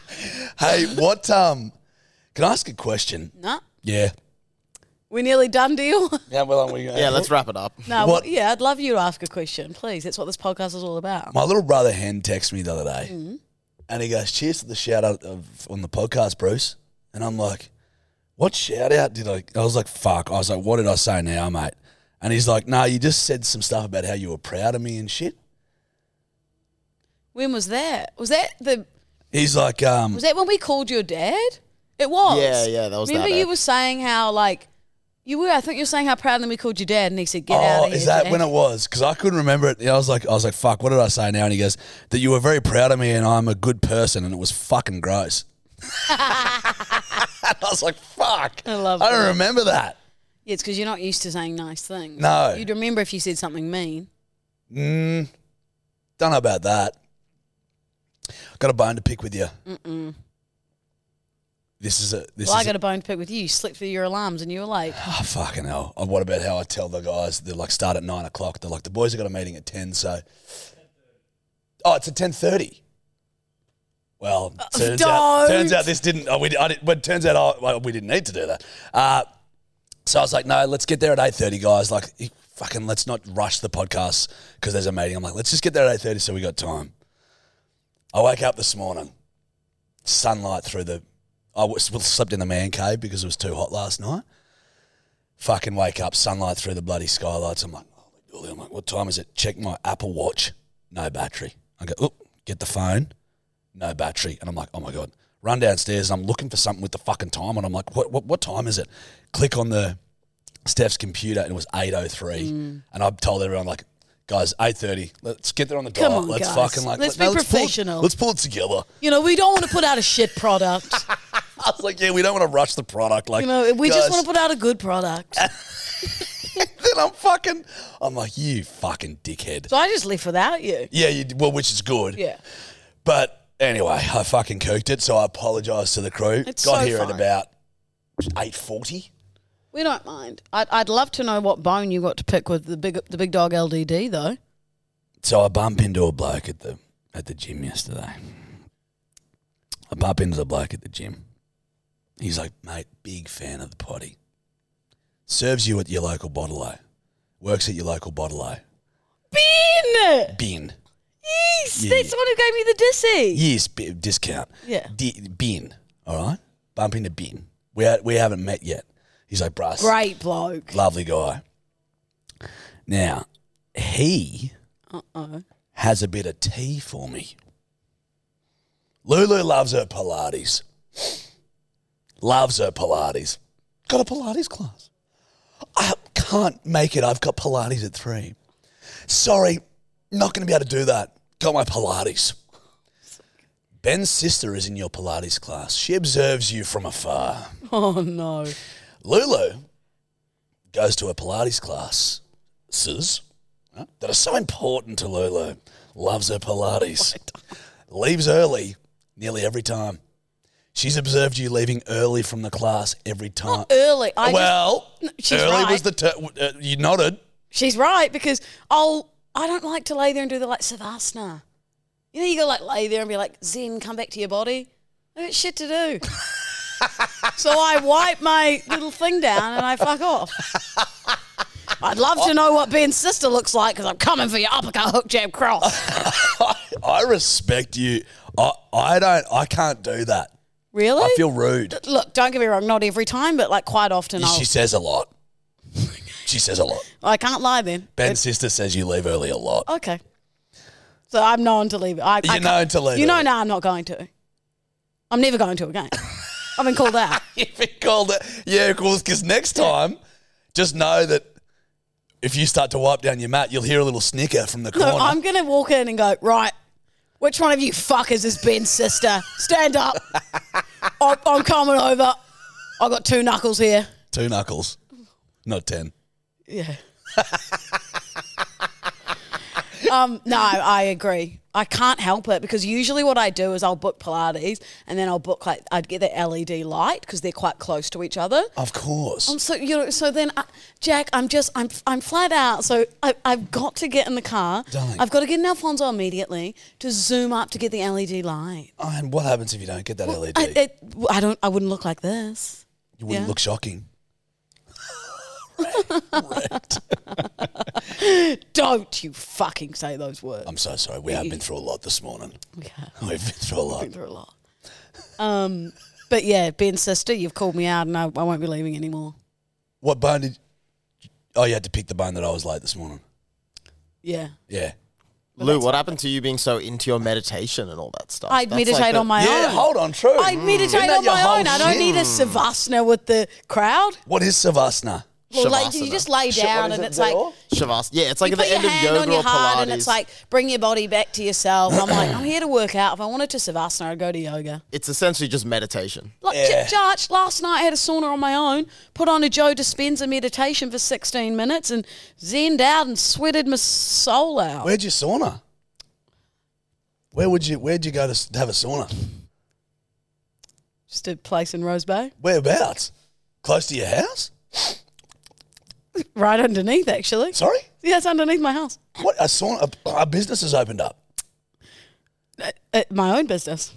[SPEAKER 1] Hey, what um can I ask a question?
[SPEAKER 2] Nah,
[SPEAKER 1] Yeah.
[SPEAKER 2] we're nearly done, deal.
[SPEAKER 1] How long we going?
[SPEAKER 3] Yeah, let's wrap it up.
[SPEAKER 2] No,
[SPEAKER 1] What-
[SPEAKER 2] well, yeah, I'd love you to ask a question, please. That's what this podcast is all about.
[SPEAKER 1] My little brother Hen texted me the other day
[SPEAKER 2] Mm-hmm.
[SPEAKER 1] and he goes, Cheers to the shout out of, on the podcast, Bruce. And I'm like, What shout out did I I was like, fuck. I was like, What did I say now, mate? And he's like, Nah, you just said some stuff about how you were proud of me and shit.
[SPEAKER 2] When was that? Was that the?
[SPEAKER 1] He's like, um
[SPEAKER 2] Was that when we called your dad? It was.
[SPEAKER 3] Yeah, yeah, that was
[SPEAKER 2] Remember
[SPEAKER 3] that
[SPEAKER 2] you
[SPEAKER 3] app.
[SPEAKER 2] were saying how like you were. I think you were saying how proud that we called your dad, and he said, "Get out of here."
[SPEAKER 1] Oh, is that
[SPEAKER 2] Jack."
[SPEAKER 1] when it was? Because I couldn't remember it. I was like, I was like, fuck, what did I say now? And he goes, that you were very proud of me and I'm a good person, and it was fucking gross. and I was like, fuck,
[SPEAKER 2] I love
[SPEAKER 1] I don't
[SPEAKER 2] that.
[SPEAKER 1] remember that.
[SPEAKER 2] Yeah, it's because you're not used to saying nice things.
[SPEAKER 1] No.
[SPEAKER 2] You'd remember if you said something mean.
[SPEAKER 1] Mm, don't know about that. Got a bone to pick with you.
[SPEAKER 2] Mm-mm.
[SPEAKER 1] This is a this
[SPEAKER 2] Well, I
[SPEAKER 1] is
[SPEAKER 2] got a bone to pick with you. You slipped through your alarms and you were late.
[SPEAKER 1] Oh, fucking hell. Oh, What about how I tell the guys they like start at nine o'clock? They're like, the boys have got a meeting at 10, so. Oh, it's at 10.30. Well,
[SPEAKER 2] Oh,
[SPEAKER 1] turns out,
[SPEAKER 2] don't.
[SPEAKER 1] turns out this didn't, oh, we, I didn't, but turns out I, well, we didn't need to do that. Uh, so I was like, no, let's get there at 8.30, guys. Like, you- fucking, let's not rush the podcast because there's a meeting. I'm like, let's just get there at 8.30 so we got time. I wake up this morning, sunlight through the, I was, slept in the man cave because it was too hot last night fucking wake up, sunlight through the bloody skylights. I'm like, holy dooly. I'm like, what time is it? Check my Apple Watch, no battery. I go, oop, get the phone, no battery. And I'm like, oh my God. Run downstairs and I'm looking for something with the fucking time. And I'm like, what, what, what time is it? Click on the Steph's computer and it was 8.03.
[SPEAKER 2] Hmm.
[SPEAKER 1] And I told everyone, like, guys, 8.30, let's get there on the
[SPEAKER 2] Come
[SPEAKER 1] dial.
[SPEAKER 2] on,
[SPEAKER 1] let's
[SPEAKER 2] guys.
[SPEAKER 1] fucking like,
[SPEAKER 2] Let's be
[SPEAKER 1] pull it-
[SPEAKER 2] professional.
[SPEAKER 1] let's pull it together.
[SPEAKER 2] You know, we don't want to put out a shit product.
[SPEAKER 1] I was like, yeah, we don't want to rush the product. Like,
[SPEAKER 2] you know, we
[SPEAKER 1] guys,
[SPEAKER 2] just want to put out a good product.
[SPEAKER 1] then I'm fucking, I'm like, you fucking dickhead.
[SPEAKER 2] so I just left without you.
[SPEAKER 1] Yeah, you, well, which is good.
[SPEAKER 2] Yeah.
[SPEAKER 1] But anyway, I fucking cooked it, so I apologise to the crew.
[SPEAKER 2] It's
[SPEAKER 1] Got
[SPEAKER 2] so
[SPEAKER 1] here at
[SPEAKER 2] fine.
[SPEAKER 1] about eight forty.
[SPEAKER 2] We don't mind. I'd, I'd love to know what bone you got to pick with the big the big dog LDD though.
[SPEAKER 1] So I bump into a bloke at the at the gym yesterday. I bump into the bloke at the gym. He's like, mate, big fan of the potty. Serves you at your local bottler. Works at your local bottler.
[SPEAKER 2] Bin!
[SPEAKER 1] Bin.
[SPEAKER 2] Yes!
[SPEAKER 1] Yeah,
[SPEAKER 2] That's
[SPEAKER 1] yeah.
[SPEAKER 2] the one who gave me the dissy.
[SPEAKER 1] Yes, b- discount.
[SPEAKER 2] Yeah.
[SPEAKER 1] D- bin. All right. Bump into bin. We ha- we haven't met yet. He's like, Bruss.
[SPEAKER 2] Great bloke.
[SPEAKER 1] Lovely guy. Now, he
[SPEAKER 2] Uh oh.
[SPEAKER 1] has a bit of tea for me. Lulu loves her Pilates. Loves her Pilates. Got a Pilates class. I can't make it. I've got Pilates at three. Sorry, not going to be able to do that. Got my Pilates. Ben's sister is in your Pilates class. She observes you from afar.
[SPEAKER 2] Oh no.
[SPEAKER 1] Lulu goes to a Pilates class, sis, huh, that are so important to Lulu. Loves her Pilates. Leaves early nearly every time. She's observed you leaving early from the class every time.
[SPEAKER 2] Not early. I just,
[SPEAKER 1] well,
[SPEAKER 2] No, she's
[SPEAKER 1] early was
[SPEAKER 2] right.
[SPEAKER 1] the ter- w- uh, you nodded.
[SPEAKER 2] she's right because I'll I don't like to lay there and do the like savasana. You know, you gotta like lay there and be like Zen, come back to your body. I got shit to do. so I wipe my little thing down and I fuck off. I'd love to know what Ben's sister looks like because I'm coming for your uppercut, hook, jab, cross.
[SPEAKER 1] I, I respect you. I, I don't. I can't do that.
[SPEAKER 2] Really?
[SPEAKER 1] I feel rude.
[SPEAKER 2] Look, don't get me wrong, not every time, but like quite often. I'll,
[SPEAKER 1] She says a lot. She says a lot.
[SPEAKER 2] I can't lie then.
[SPEAKER 1] Ben's sister says you leave early a lot.
[SPEAKER 2] Okay. So I'm known to leave. I, I
[SPEAKER 1] You're
[SPEAKER 2] can't-
[SPEAKER 1] known to leave
[SPEAKER 2] You know
[SPEAKER 1] early.
[SPEAKER 2] now I'm not going to. I'm never going to again. I've been called out.
[SPEAKER 1] if it called it, yeah, of course. Because next time, just know that if you start to wipe down your mat, you'll hear a little snicker from the
[SPEAKER 2] No,
[SPEAKER 1] corner.
[SPEAKER 2] I'm going to walk in and go, right, which one of you fuckers is Ben's sister? Stand up. I'm, I'm coming over. I've got two knuckles here.
[SPEAKER 1] Two knuckles, not ten.
[SPEAKER 2] Yeah. um, no, I agree. I can't help it because usually what I do is I'll book Pilates and then I'll book like I'd get the LED light because they're quite close to each other.
[SPEAKER 1] Of course.
[SPEAKER 2] Um, so you know, so then I, Jack, I'm just I'm I'm flat out. So I, I've got to get in the car.
[SPEAKER 1] Darling.
[SPEAKER 2] I've got to get an Alfonso immediately to zoom up to get the LED light.
[SPEAKER 1] Oh, and what happens if you don't get that E LED?
[SPEAKER 2] I, it, I don't. I wouldn't look like this.
[SPEAKER 1] you wouldn't
[SPEAKER 2] yeah.
[SPEAKER 1] look shocking. Wrecked.
[SPEAKER 2] Don't you fucking say those words.
[SPEAKER 1] I'm so sorry. We have been through a lot this morning.
[SPEAKER 2] yeah.
[SPEAKER 1] We've been through a lot.
[SPEAKER 2] been through a lot. Um, but yeah, Ben's sister, you've called me out, and I, I won't be leaving anymore.
[SPEAKER 1] What bone did? Oh, you had to pick the bone that I was late this morning.
[SPEAKER 2] Yeah,
[SPEAKER 1] Yeah.
[SPEAKER 3] Lou, what happened to you being so into your meditation and all that stuff?
[SPEAKER 2] I'd
[SPEAKER 3] That's
[SPEAKER 2] meditate
[SPEAKER 3] like the-
[SPEAKER 2] on my
[SPEAKER 1] yeah.
[SPEAKER 2] own.
[SPEAKER 1] Hold on. True. Mm.
[SPEAKER 2] I'd
[SPEAKER 1] Isn't
[SPEAKER 2] meditate
[SPEAKER 1] that
[SPEAKER 2] on
[SPEAKER 1] your
[SPEAKER 2] my
[SPEAKER 1] whole
[SPEAKER 2] own. I don't
[SPEAKER 1] shit?
[SPEAKER 2] need a savasana with the crowd.
[SPEAKER 1] What is savasana?
[SPEAKER 2] Well, like, you
[SPEAKER 3] Shavasana.
[SPEAKER 2] just lay
[SPEAKER 1] Shit, what
[SPEAKER 2] down,
[SPEAKER 1] is
[SPEAKER 2] and
[SPEAKER 1] it,
[SPEAKER 2] it's like
[SPEAKER 1] Zor?
[SPEAKER 3] Shavasana. Yeah, it's like
[SPEAKER 2] you
[SPEAKER 3] at the
[SPEAKER 2] put your
[SPEAKER 3] end of
[SPEAKER 2] hand
[SPEAKER 3] yoga
[SPEAKER 2] on your
[SPEAKER 3] or
[SPEAKER 2] heart,
[SPEAKER 3] Pilates.
[SPEAKER 2] and it's like bring your body back to yourself. I'm like, I'm here to work out. If I wanted to savasana, I'd go to yoga.
[SPEAKER 3] it's essentially just meditation.
[SPEAKER 2] Like
[SPEAKER 1] Yeah.
[SPEAKER 2] J- Jarch, last night I had a sauna on my own, put on a Joe Dispenza meditation for 16 minutes, and zenned out and sweated my soul out.
[SPEAKER 1] Where'd you sauna? Where would you Where'd you go to s- to have a sauna?
[SPEAKER 2] Just a place in Rose Bay.
[SPEAKER 1] Whereabouts? Close to your house?
[SPEAKER 2] Right underneath, actually.
[SPEAKER 1] Sorry,
[SPEAKER 2] Yeah, it's underneath my house.
[SPEAKER 1] what a sauna? A, a business has opened up.
[SPEAKER 2] Uh, uh, my own business.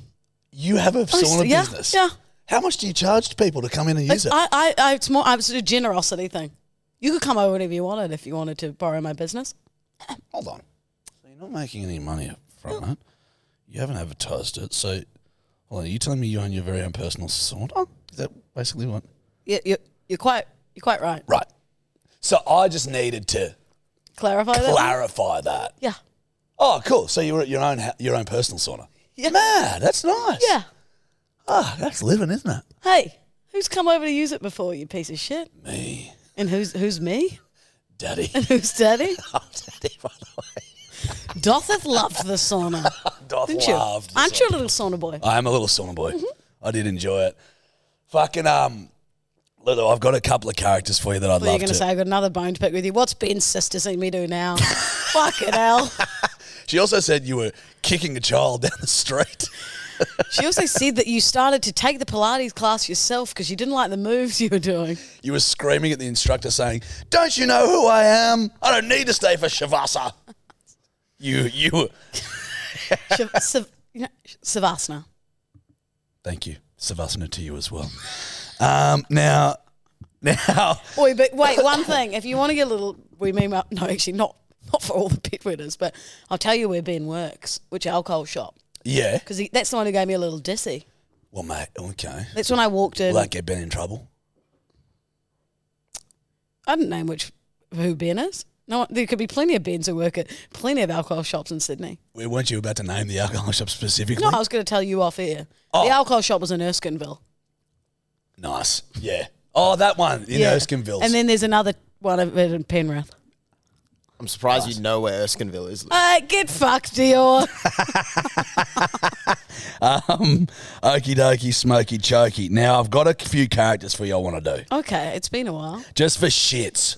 [SPEAKER 1] You have a
[SPEAKER 2] I
[SPEAKER 1] sauna
[SPEAKER 2] s- yeah,
[SPEAKER 1] business.
[SPEAKER 2] yeah.
[SPEAKER 1] How much do you charge people to come in and use it?
[SPEAKER 2] I, I, I, it's more, I was a generosity thing. You could come over whenever you wanted if you wanted to borrow my business.
[SPEAKER 1] Hold on. So you're not making any money from it. You haven't advertised it. So, hold on. Are you telling me you own your very own personal sauna? Is that basically what?
[SPEAKER 2] You, you, you're quite, you're quite right.
[SPEAKER 1] Right. So I just needed to
[SPEAKER 2] Clarify that. one?
[SPEAKER 1] clarify that.
[SPEAKER 2] Yeah,
[SPEAKER 1] Oh, cool. So you were at your own ha- your own personal sauna. Yeah, man, that's nice.
[SPEAKER 2] yeah.
[SPEAKER 1] Ah, that's living, isn't it?
[SPEAKER 2] Hey, who's come over to use it before? You piece of shit.
[SPEAKER 1] Me,
[SPEAKER 2] And who's, who's me?
[SPEAKER 1] daddy.
[SPEAKER 2] And who's daddy?
[SPEAKER 1] I'm daddy, by the way.
[SPEAKER 2] Dotheth loved the sauna,
[SPEAKER 1] Doth
[SPEAKER 2] didn't you?
[SPEAKER 1] loved. the
[SPEAKER 2] Aren't you Mm-hmm. a
[SPEAKER 1] sauna.
[SPEAKER 2] little sauna boy?
[SPEAKER 1] I am a little sauna boy. I did enjoy it. Fucking um, little. I've got a couple of characters for you that I'd
[SPEAKER 2] Well, you're
[SPEAKER 1] love
[SPEAKER 2] going
[SPEAKER 1] to.
[SPEAKER 2] to say I got another bone to pick with you. What's Ben's sister seen me do now? Fucking hell.
[SPEAKER 1] She also said you were kicking a child down the street.
[SPEAKER 2] She also said that you started to take the Pilates class yourself because you didn't like the moves you were doing.
[SPEAKER 1] You were screaming at the instructor, saying, "Don't you know who I am? I don't need to stay for shavasana." You, you. were-
[SPEAKER 2] Shiv- Siv- you know, Savasana.
[SPEAKER 1] Thank you. Savasana to you as well. Um, now, Now,
[SPEAKER 2] Oi, but wait, one thing. If you want to get a little, we mean, well, no, actually, not not for all the pit winners, but I'll tell you where Ben works, which alcohol shop,
[SPEAKER 1] yeah.
[SPEAKER 2] because that's the one who gave me a little dissy.
[SPEAKER 1] Well, mate, okay.
[SPEAKER 2] That's when I walked in.
[SPEAKER 1] Will that get Ben in trouble?
[SPEAKER 2] I didn't name which who Ben is. No, one- there could be plenty of Bens who work at plenty of alcohol shops in Sydney.
[SPEAKER 1] Wait, weren't you about to name the alcohol shop specifically?
[SPEAKER 2] No, I was going to tell you off air.
[SPEAKER 1] Oh.
[SPEAKER 2] The alcohol shop was in Erskineville.
[SPEAKER 1] Nice. Yeah. Oh, that one in
[SPEAKER 2] Yeah.
[SPEAKER 1] Erskineville.
[SPEAKER 2] And then there's another one of it in Penrith.
[SPEAKER 3] I'm surprised you know where Erskineville is.
[SPEAKER 2] Uh, get fucked, Dior.
[SPEAKER 1] um, okie dokie, smoky chokey. Now, I've got a few characters for you I want to do.
[SPEAKER 2] okay, it's been a while.
[SPEAKER 1] Just for shits.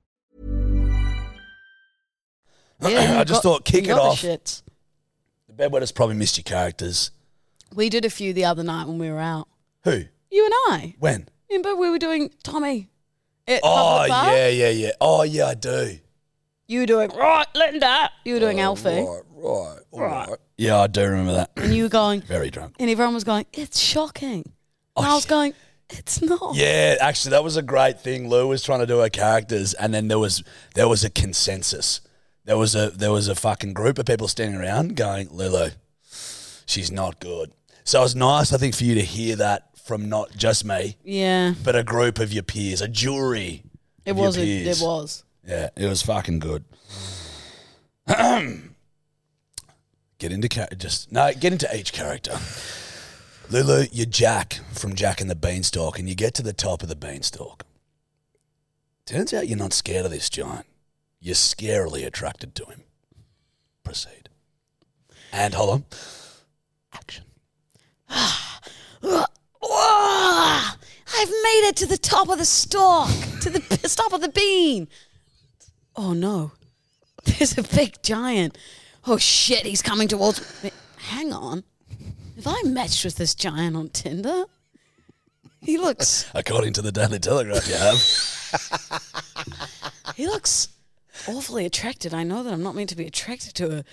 [SPEAKER 2] Yeah,
[SPEAKER 1] I just
[SPEAKER 2] you
[SPEAKER 1] thought, kick
[SPEAKER 2] you
[SPEAKER 1] it
[SPEAKER 2] got the
[SPEAKER 1] off.
[SPEAKER 2] shits.
[SPEAKER 1] The bedwetters probably missed your characters.
[SPEAKER 2] We did a few the other night when we were out.
[SPEAKER 1] Who?
[SPEAKER 2] You and I.
[SPEAKER 1] When?
[SPEAKER 2] Remember we were doing Tommy at
[SPEAKER 1] Oh,
[SPEAKER 2] Public Bar?
[SPEAKER 1] yeah, yeah, yeah. Oh, yeah, I do.
[SPEAKER 2] You were doing, right, Linda. You were doing
[SPEAKER 1] Oh,
[SPEAKER 2] Alfie.
[SPEAKER 1] Right, right, all right. Yeah, I do remember that.
[SPEAKER 2] And you were going,
[SPEAKER 1] Very drunk.
[SPEAKER 2] and everyone was going, it's shocking.
[SPEAKER 1] Oh,
[SPEAKER 2] and I was
[SPEAKER 1] yeah.
[SPEAKER 2] going, it's not.
[SPEAKER 1] Yeah, actually, that was a great thing. Lou was trying to do her characters, and then there was there was a consensus. There was a there was a fucking group of people standing around going, Lulu, she's not good. So it was nice, I think, for you to hear that from not just me,
[SPEAKER 2] Yeah,
[SPEAKER 1] but a group of your peers, a jury.
[SPEAKER 2] it
[SPEAKER 1] of your
[SPEAKER 2] was. A, it
[SPEAKER 1] peers.
[SPEAKER 2] was.
[SPEAKER 1] Yeah, it was fucking good. get into char- just no, get into each character. Lulu, you're Jack from Jack and the Beanstalk, and you get to the top of the beanstalk. Turns out you're not scared of this giant. You're scarily attracted to him. Proceed. And hold on. Action.
[SPEAKER 2] Whoa, I've made it to the top of the stalk, to the p- top of the bean. Oh no, there's a big giant. Oh shit, he's coming towards me. Hang on. Have I matched with this giant on Tinder? He looks.
[SPEAKER 1] According to the Daily Telegraph, you have.
[SPEAKER 2] He looks awfully attracted. I know that I'm not meant to be attracted to a,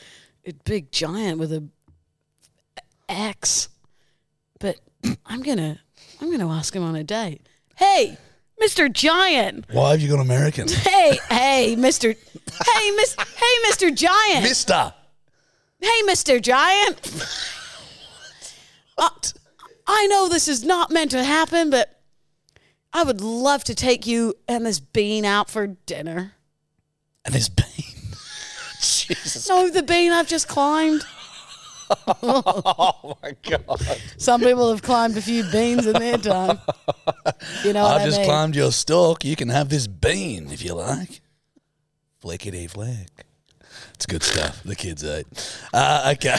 [SPEAKER 2] a big giant with a axe, but I'm gonna I'm gonna ask him on a date. Hey, Mr. Giant.
[SPEAKER 1] Why have you gone American?
[SPEAKER 2] Hey, hey, Mr. Hey, Miss. Hey, Mr. Giant.
[SPEAKER 1] Mister.
[SPEAKER 2] hey, Mr. Giant. Uh, I know this is not meant to happen, but I would love to take you and this bean out for dinner.
[SPEAKER 1] And this bean. Jesus.
[SPEAKER 2] No, the bean I've just climbed.
[SPEAKER 1] Oh my god.
[SPEAKER 2] Some people have climbed a few beans in their time. You know what
[SPEAKER 1] I've
[SPEAKER 2] I
[SPEAKER 1] just
[SPEAKER 2] mean?
[SPEAKER 1] climbed your stalk. You can have this bean if you like. Flickety flick. It's good stuff. The kids ate. Uh, okay.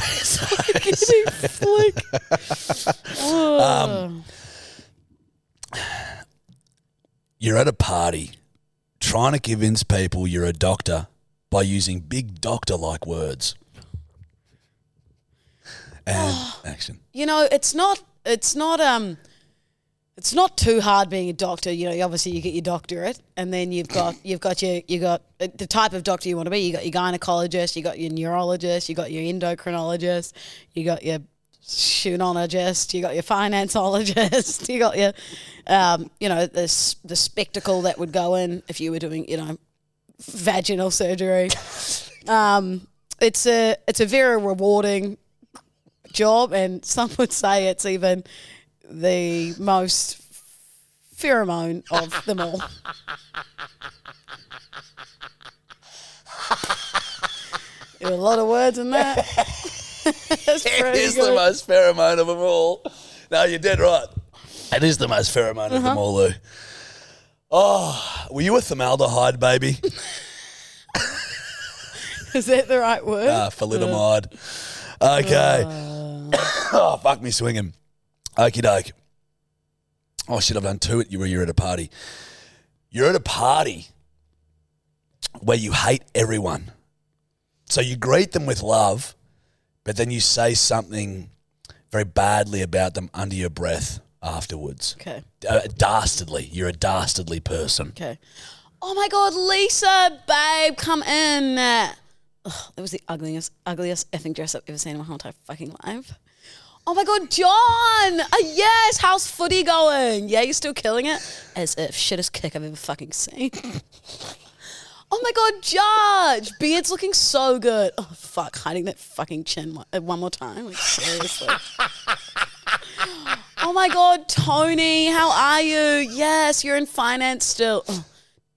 [SPEAKER 2] Flick.
[SPEAKER 1] Um,
[SPEAKER 2] Ugh.
[SPEAKER 1] You're at a party trying to convince people you're a doctor by using big doctor like words. And action.
[SPEAKER 2] you know, it's not. It's not. Um, it's not too hard being a doctor. You know, you- obviously you get your doctorate, and then you've got you've got your you got uh, the type of doctor you want to be. You got your gynecologist, you got your neurologist, you got your endocrinologist, you got your shoonologist, you got your financeologist, you got your um, you know the s- the spectacle that would go in if you were doing you know vaginal surgery. um, it's a it's a very rewarding job, and some would say it's even the most pheromone of them all. there were a lot of words in that. That's
[SPEAKER 1] It
[SPEAKER 2] pretty
[SPEAKER 1] is the
[SPEAKER 2] good.
[SPEAKER 1] most pheromone of them all. No, you're dead right. It is the most pheromone of them all, Lou. Oh, were you a formaldehyde baby?
[SPEAKER 2] Is that the right word?
[SPEAKER 1] Ah, thalidomide. Okay. oh, fuck me swinging. Okie doke. Oh, shit, I've done two at you where you're at a party. You're at a party where you hate everyone. So you greet them with love, but then you say something very badly about them under your breath afterwards.
[SPEAKER 2] Okay.
[SPEAKER 1] Uh, dastardly. You're a dastardly person.
[SPEAKER 2] Okay. Oh my God, Lisa, babe, come in. Uh, Ugh, that was the ugliest, ugliest effing dress I've ever seen in my whole entire fucking life. Oh my God, John. Uh, yes, how's footy going? Yeah, you're still killing it. As if shittest kick I've ever fucking seen. oh my God, Judge, beard's looking so good. Oh fuck, hiding that fucking chin one, uh, one more time. Like seriously. Oh my God, Tony, how are you? Yes, you're in finance still. Ugh,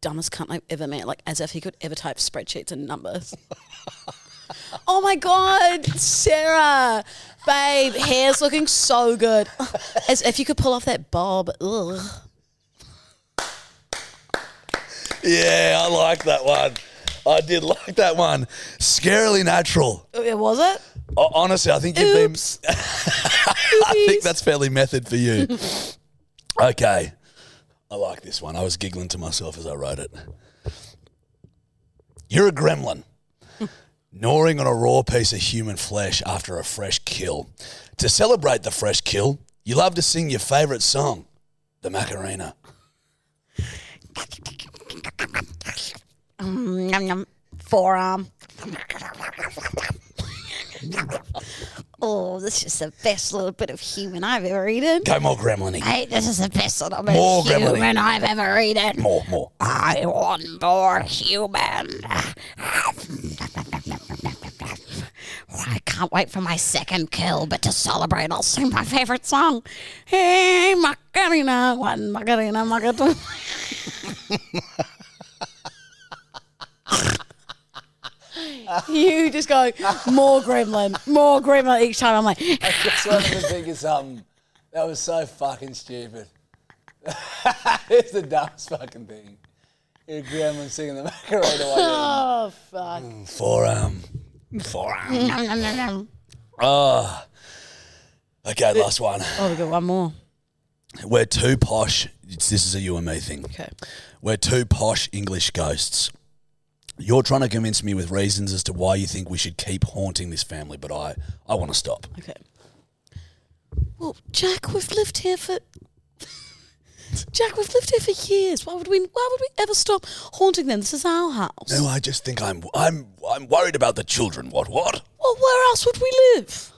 [SPEAKER 2] dumbest cunt I've ever met. Like, as if he could ever type spreadsheets and numbers. oh my God, Sarah, babe, hair's looking so good. Ugh, As if you could pull off that bob. Ugh.
[SPEAKER 1] Yeah, I like that one. I did like that one. Scarily natural.
[SPEAKER 2] Uh, Was it?
[SPEAKER 1] O- Honestly, I think you've
[SPEAKER 2] Oops.
[SPEAKER 1] been. I think that's fairly method for you. okay. I like this one. I was giggling to myself as I wrote it. You're a gremlin, gnawing on a raw piece of human flesh after a fresh kill. To celebrate the fresh kill, you love to sing your favorite song, the Macarena.
[SPEAKER 2] Mm, yum, yum. Forearm.
[SPEAKER 4] Oh, this is the best little bit of human I've ever eaten.
[SPEAKER 1] Go more gremlin
[SPEAKER 4] Mate, this is the best little bit
[SPEAKER 1] More
[SPEAKER 4] of human
[SPEAKER 1] gremlin.
[SPEAKER 4] I've ever eaten.
[SPEAKER 1] More, more.
[SPEAKER 4] I want more human. I can't wait for my second kill, but to celebrate, I'll sing my favorite song. Hey, Macarena, one Macarena, Macarena.
[SPEAKER 2] You just go, more gremlin, more gremlin each time. I'm like,
[SPEAKER 5] That's one of the biggest um. That was so fucking stupid. it's the dumbest fucking thing. Your grandma singing the macarena while
[SPEAKER 2] oh, fuck.
[SPEAKER 1] Mm, Forearm. Forearm.
[SPEAKER 4] Nom, nom, nom, nom.
[SPEAKER 1] um, Ah. Okay, last one.
[SPEAKER 2] Oh, we got one more.
[SPEAKER 1] We're two posh. It's, this is a you and me thing.
[SPEAKER 2] Okay.
[SPEAKER 1] We're two posh English ghosts. You're trying to convince me with reasons as to why you think we should keep haunting this family, but I, I want to stop.
[SPEAKER 2] Okay. Well, Jack, we've lived here for. Jack, we've lived here for years. Why would we? Why would we ever stop haunting them? This is our house.
[SPEAKER 1] No, I just think I'm, I'm, I'm worried about the children. What, what?
[SPEAKER 2] Well, where else would we live?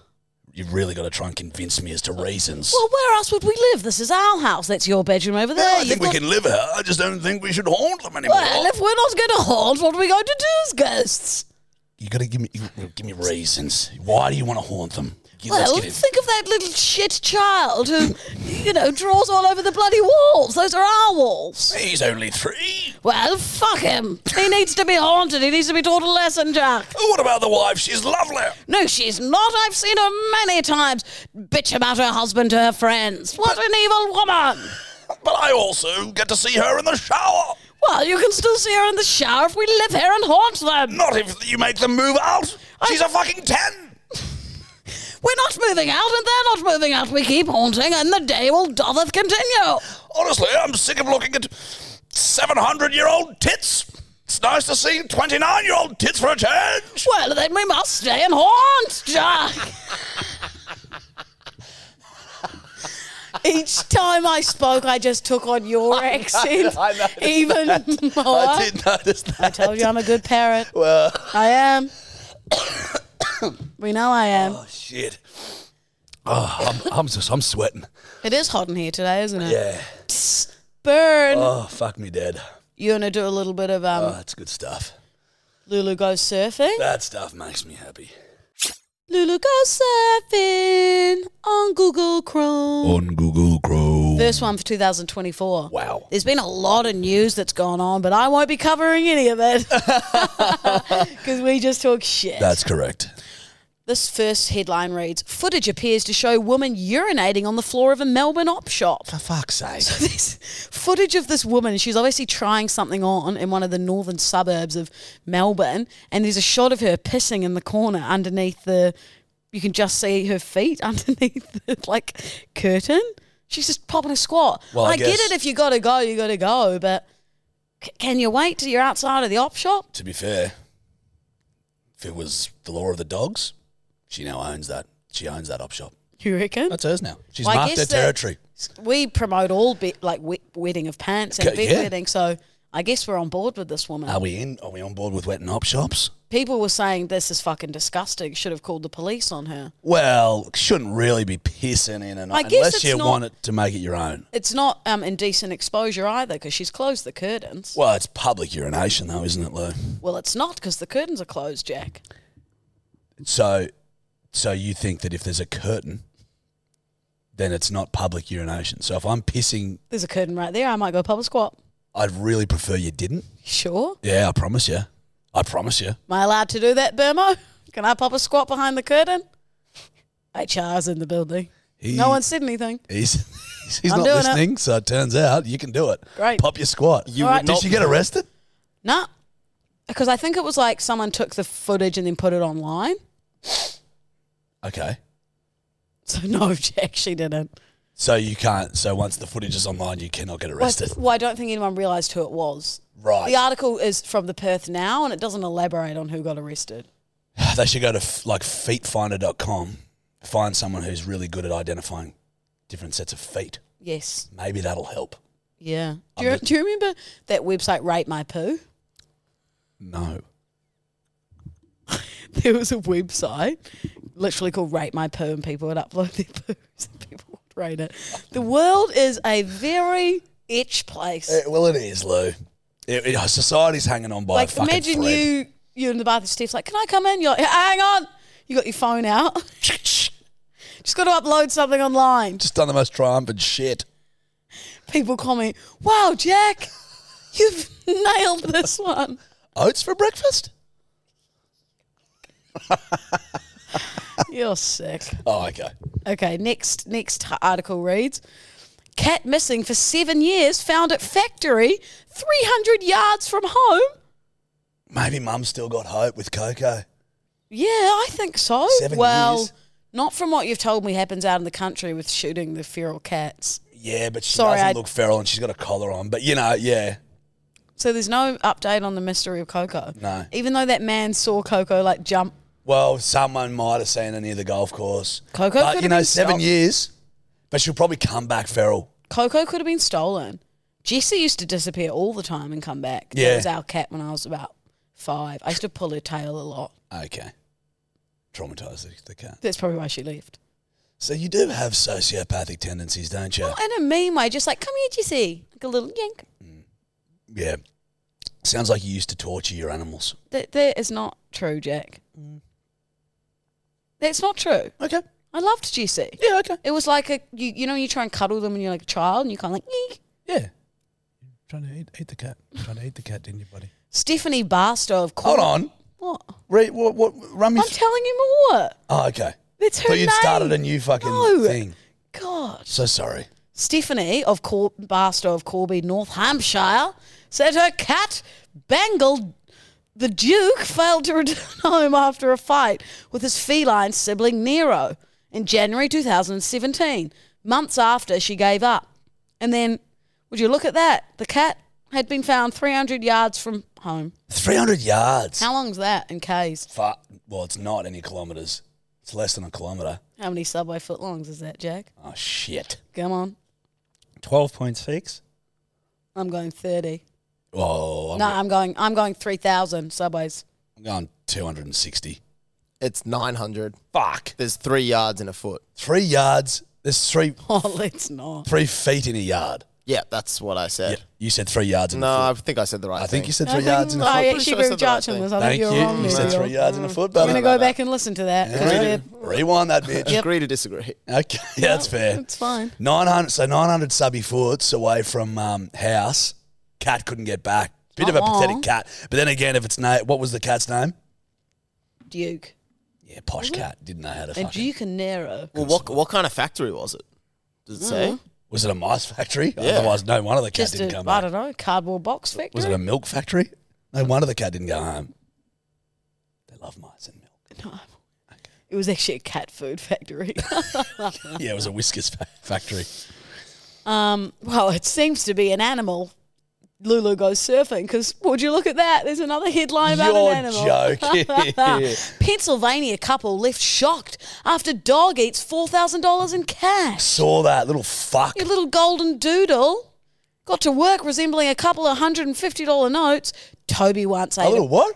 [SPEAKER 1] You've really got to try and convince me as to reasons.
[SPEAKER 2] Well, where else would we live? This is our house. That's your bedroom over there.
[SPEAKER 1] Yeah, I
[SPEAKER 2] You've
[SPEAKER 1] think we
[SPEAKER 2] got-
[SPEAKER 1] can live here. I just don't think we should haunt them anymore.
[SPEAKER 2] Well, if we're not going to haunt, what are we going to do as ghosts?
[SPEAKER 1] you got to give me, you- give me reasons. Why do you want to haunt them? You- let's
[SPEAKER 2] well,
[SPEAKER 1] get in.
[SPEAKER 2] think of that little shit child who, you know, draws all over the bloody walls. Those are our walls.
[SPEAKER 1] He's only three.
[SPEAKER 2] Well, fuck him. He needs to be haunted. He needs to be taught a lesson, Jack.
[SPEAKER 1] Oh, What about the wife? She's lovely.
[SPEAKER 2] No, she's not. I've seen her many times bitch about her husband to her friends. What an evil woman!
[SPEAKER 1] But I also get to see her in the shower.
[SPEAKER 2] Well, you can still see her in the shower if we live here and haunt them.
[SPEAKER 1] Not if you make them move out. She's a fucking ten.
[SPEAKER 2] We're not moving out, and they're not moving out. We keep haunting, and the day will dotheth continue.
[SPEAKER 1] Honestly, I'm sick of looking at 700 year old tits. It's nice to see 29 year old tits for a change.
[SPEAKER 2] Well, then we must stay and haunt, Jack. Each time I spoke, I just took on your accent
[SPEAKER 1] I noticed
[SPEAKER 2] even more.
[SPEAKER 1] I did notice
[SPEAKER 2] I
[SPEAKER 1] that.
[SPEAKER 2] told you I'm a good parrot.
[SPEAKER 1] Well,
[SPEAKER 2] I am. we know I am.
[SPEAKER 1] shit. Oh, I'm, I'm just, I'm sweating.
[SPEAKER 2] It is hot in here today, isn't it?
[SPEAKER 1] Yeah.
[SPEAKER 2] Burn.
[SPEAKER 1] Oh, fuck me dead.
[SPEAKER 2] you want to do a little bit of um,
[SPEAKER 1] Oh, that's good stuff.
[SPEAKER 2] Lulu goes surfing?
[SPEAKER 1] That stuff makes me happy.
[SPEAKER 2] Lulu goes surfing on Google Chrome.
[SPEAKER 1] On Google Chrome.
[SPEAKER 2] First one for 2024.
[SPEAKER 1] Wow.
[SPEAKER 2] There's been a lot of news that's gone on, but I won't be covering any of it because we just talk shit.
[SPEAKER 1] That's correct.
[SPEAKER 2] This first headline reads Footage appears to show woman urinating on the floor of a Melbourne op shop.
[SPEAKER 1] For fuck's sake.
[SPEAKER 2] So there's footage of this woman. She's obviously trying something on in one of the northern suburbs of Melbourne, and there's a shot of her pissing in the corner underneath the. You can just see her feet underneath the like curtain. She's just popping a squat.
[SPEAKER 1] Well, I
[SPEAKER 2] I, get
[SPEAKER 1] guess-
[SPEAKER 2] it if you got to go, you got to go, but c- can you wait till you're outside of the op shop?
[SPEAKER 1] To be fair, if it was the law of the dogs, she now owns that. She owns that op shop.
[SPEAKER 2] You reckon?
[SPEAKER 1] That's hers now. She's
[SPEAKER 2] Mm. Well, I
[SPEAKER 1] marked her
[SPEAKER 2] guess that-
[SPEAKER 1] territory.
[SPEAKER 2] we promote all be- like wet- wetting of pants and
[SPEAKER 1] Okay,
[SPEAKER 2] bed
[SPEAKER 1] yeah.
[SPEAKER 2] wetting, so I guess we're on board with this woman.
[SPEAKER 1] Are we in? Are we on board with wet and op shops?
[SPEAKER 2] People were saying this is fucking disgusting. Should have called the police on her.
[SPEAKER 1] Well, shouldn't really be pissing in and
[SPEAKER 2] I guess
[SPEAKER 1] unless
[SPEAKER 2] it's
[SPEAKER 1] you
[SPEAKER 2] not-
[SPEAKER 1] want it to make it your own.
[SPEAKER 2] It's not um, indecent exposure either because she's closed the curtains.
[SPEAKER 1] Well, it's public urination though, isn't it, Lou?
[SPEAKER 2] Well, it's not because the curtains are closed, Jack.
[SPEAKER 1] So, so you think that if there's a curtain, then it's not public urination. So if I'm pissing,
[SPEAKER 2] There's a curtain right there. I might go pub a squat.
[SPEAKER 1] I'd really prefer you didn't.
[SPEAKER 2] Sure.
[SPEAKER 1] Yeah, I promise you. I promise you.
[SPEAKER 2] Am I allowed to do that, Burmo? Can I pop a squat behind the curtain? HR's in the building.
[SPEAKER 1] He-
[SPEAKER 2] No one said anything.
[SPEAKER 1] He's he's
[SPEAKER 2] I'm
[SPEAKER 1] not
[SPEAKER 2] doing it.
[SPEAKER 1] listening, so it turns out you can do it.
[SPEAKER 2] Great.
[SPEAKER 1] Pop your squat.
[SPEAKER 3] You
[SPEAKER 2] All right.
[SPEAKER 3] would
[SPEAKER 1] Did
[SPEAKER 3] not
[SPEAKER 1] she get arrested?
[SPEAKER 2] No. Because I think it was like someone took the footage and then put it online.
[SPEAKER 1] Okay.
[SPEAKER 2] So no, Jack, she didn't.
[SPEAKER 1] So you can't. So once the footage is online, you cannot get
[SPEAKER 2] Well,
[SPEAKER 1] arrested.
[SPEAKER 2] well, I don't think anyone realised who it was.
[SPEAKER 1] Right.
[SPEAKER 2] The article is from the Perth Now, and it doesn't elaborate on who got arrested.
[SPEAKER 1] They should go to f- like feetfinder.com, find someone who's really good at identifying different sets of feet.
[SPEAKER 2] Yes.
[SPEAKER 1] Maybe that'll help.
[SPEAKER 2] Yeah.
[SPEAKER 1] I'm
[SPEAKER 2] Do you,
[SPEAKER 1] not-
[SPEAKER 2] do you remember that website Rate My Poo?
[SPEAKER 1] No.
[SPEAKER 2] There was a website literally called Rate My Poo, and people would upload their poos and people would rate it. The world is a very itch place.
[SPEAKER 1] Eh, well, it is, Lou. It- it- society's hanging on by a
[SPEAKER 2] like
[SPEAKER 1] fucking
[SPEAKER 2] imagine
[SPEAKER 1] thread.
[SPEAKER 2] you you're in the bathroom Steve's like can i come in you're like hang on you got your phone out just got to upload something online
[SPEAKER 1] Just done the most triumphant shit.
[SPEAKER 2] people comment wow jack you've nailed this one
[SPEAKER 1] Oats for breakfast?
[SPEAKER 2] you're sick
[SPEAKER 1] Oh, okay.
[SPEAKER 2] okay next next article reads cat missing for seven years found at factory 300 yards from home
[SPEAKER 1] Maybe mum still got hope with Coco.
[SPEAKER 2] yeah i think so
[SPEAKER 1] Seven
[SPEAKER 2] well
[SPEAKER 1] years?
[SPEAKER 2] not from what you've told me happens out in the country with shooting the feral cats
[SPEAKER 1] Yeah, but she
[SPEAKER 2] Sorry,
[SPEAKER 1] doesn't
[SPEAKER 2] I-
[SPEAKER 1] look feral and she's got a collar on. But you know, yeah,
[SPEAKER 2] So there's no update on the mystery of Coco.
[SPEAKER 1] No.
[SPEAKER 2] Even though that man saw Coco like jump.
[SPEAKER 1] Well, someone might have seen her near the golf course.
[SPEAKER 2] Coco
[SPEAKER 1] but you
[SPEAKER 2] could have
[SPEAKER 1] know,
[SPEAKER 2] been
[SPEAKER 1] seven
[SPEAKER 2] stopped.
[SPEAKER 1] years. But she'll probably come back feral.
[SPEAKER 2] Coco could have been stolen. Jessie used to disappear all the time and come back.
[SPEAKER 1] Yeah.
[SPEAKER 2] That was our cat when I was about five. I used to pull her tail a lot.
[SPEAKER 1] Okay, traumatise the, the cat.
[SPEAKER 2] That's probably why she left.
[SPEAKER 1] So you do have sociopathic tendencies, don't you?
[SPEAKER 2] Not in a mean way, just like, come here, Jessie. Like a little yank.
[SPEAKER 1] Yeah. Sounds like you used to torture your animals.
[SPEAKER 2] That, that is not true, Jack.
[SPEAKER 1] Mm.
[SPEAKER 2] That's not true.
[SPEAKER 1] Okay.
[SPEAKER 2] I loved Jessie.
[SPEAKER 1] Yeah. Okay.
[SPEAKER 2] It was like a, you, you know, when you try and cuddle them when you're like a child and you kind of like, eek.
[SPEAKER 1] Yeah. Trying to eat, eat the cat. Trying to eat the cat, didn't you, buddy?
[SPEAKER 2] Stephanie Barstow, of course.
[SPEAKER 1] Hold on.
[SPEAKER 2] What?
[SPEAKER 1] Re, what? What? Run me.
[SPEAKER 2] I'm
[SPEAKER 1] th-
[SPEAKER 2] telling you more.
[SPEAKER 1] oh, okay.
[SPEAKER 2] That's her
[SPEAKER 1] Thought you'd
[SPEAKER 2] name.
[SPEAKER 1] started a new fucking
[SPEAKER 2] No.
[SPEAKER 1] thing.
[SPEAKER 2] God.
[SPEAKER 1] So sorry.
[SPEAKER 2] Stephanie of Cor- Barstow of Corby, North Hampshire, said her cat, Bangle, the Duke, failed to return home after a fight with his feline sibling Nero in January 2017, months after she gave up. And then, would you look at that? The cat had been found 300 yards from home.
[SPEAKER 1] Three hundred yards.
[SPEAKER 2] How long's that in Ks?
[SPEAKER 1] Far, well, it's not any kilometres. It's less than a kilometre.
[SPEAKER 2] How many Subway footlongs is that, Jack?
[SPEAKER 1] Oh, shit.
[SPEAKER 2] Come on.
[SPEAKER 6] 12.6.
[SPEAKER 2] I'm going 30.
[SPEAKER 1] Oh, I'm,
[SPEAKER 2] no, I'm going I'm going 3,000 Subways.
[SPEAKER 1] I'm going 260.
[SPEAKER 3] It's 900.
[SPEAKER 1] Fuck.
[SPEAKER 3] There's three yards in a foot.
[SPEAKER 1] Three yards. There's three
[SPEAKER 2] Oh, let's not.
[SPEAKER 1] three feet in a yard.
[SPEAKER 3] Yeah, that's what I said.
[SPEAKER 1] You said three yards in
[SPEAKER 3] No, I
[SPEAKER 1] a foot.
[SPEAKER 3] think I said the right
[SPEAKER 1] I
[SPEAKER 3] thing.
[SPEAKER 1] think you said
[SPEAKER 2] I
[SPEAKER 1] three yards in a
[SPEAKER 2] I
[SPEAKER 1] foot.
[SPEAKER 3] Pretty
[SPEAKER 2] actually
[SPEAKER 3] sure
[SPEAKER 2] agree
[SPEAKER 3] I said
[SPEAKER 2] with
[SPEAKER 3] the right
[SPEAKER 2] Judge on
[SPEAKER 3] thing.
[SPEAKER 2] this. I think
[SPEAKER 1] Thank you.
[SPEAKER 2] you're wrong.
[SPEAKER 1] You said
[SPEAKER 2] Muriel.
[SPEAKER 1] three yards in a foot,
[SPEAKER 2] I'm
[SPEAKER 1] brother.
[SPEAKER 2] going to go back and listen to that. 'cause
[SPEAKER 1] Rewind,
[SPEAKER 2] we're-
[SPEAKER 1] rewind that bitch.
[SPEAKER 3] Agree to disagree.
[SPEAKER 1] Okay, yeah, that's fair.
[SPEAKER 2] It's fine.
[SPEAKER 1] 900, so 900 subby foots away from um, house. Cat couldn't get back. Bit of a
[SPEAKER 2] Not long.
[SPEAKER 1] pathetic cat. But then again, if it's na what was the cat's name?
[SPEAKER 2] Duke.
[SPEAKER 1] Yeah, posh cat. Didn't know how to
[SPEAKER 2] A
[SPEAKER 1] fucking.
[SPEAKER 2] Duke and Nero.
[SPEAKER 3] Well, what what kind of factory was it? Does it
[SPEAKER 2] Mm-hmm.
[SPEAKER 3] say?
[SPEAKER 1] was it a mice factory?
[SPEAKER 3] Yeah.
[SPEAKER 1] Otherwise, no one of the cat
[SPEAKER 2] Just
[SPEAKER 1] didn't
[SPEAKER 2] a,
[SPEAKER 1] come
[SPEAKER 2] I
[SPEAKER 1] back.
[SPEAKER 2] don't know, cardboard box factory.
[SPEAKER 1] Was it a milk factory? No one of the cat didn't go home. They love mice and milk.
[SPEAKER 2] No. It was actually a cat food factory.
[SPEAKER 1] Yeah, it was a whiskers fa- factory.
[SPEAKER 2] um, well, it seems to be an animal. Lulu goes surfing because would you look at that? There's another headline about
[SPEAKER 1] You're
[SPEAKER 2] an animal.
[SPEAKER 1] joking.
[SPEAKER 2] Pennsylvania couple left shocked after dog eats four thousand dollars in cash.
[SPEAKER 1] Saw that little fuck.
[SPEAKER 2] Your little golden doodle got to work resembling a couple of hundred and fifty dollar notes. Toby once ate
[SPEAKER 1] A little what?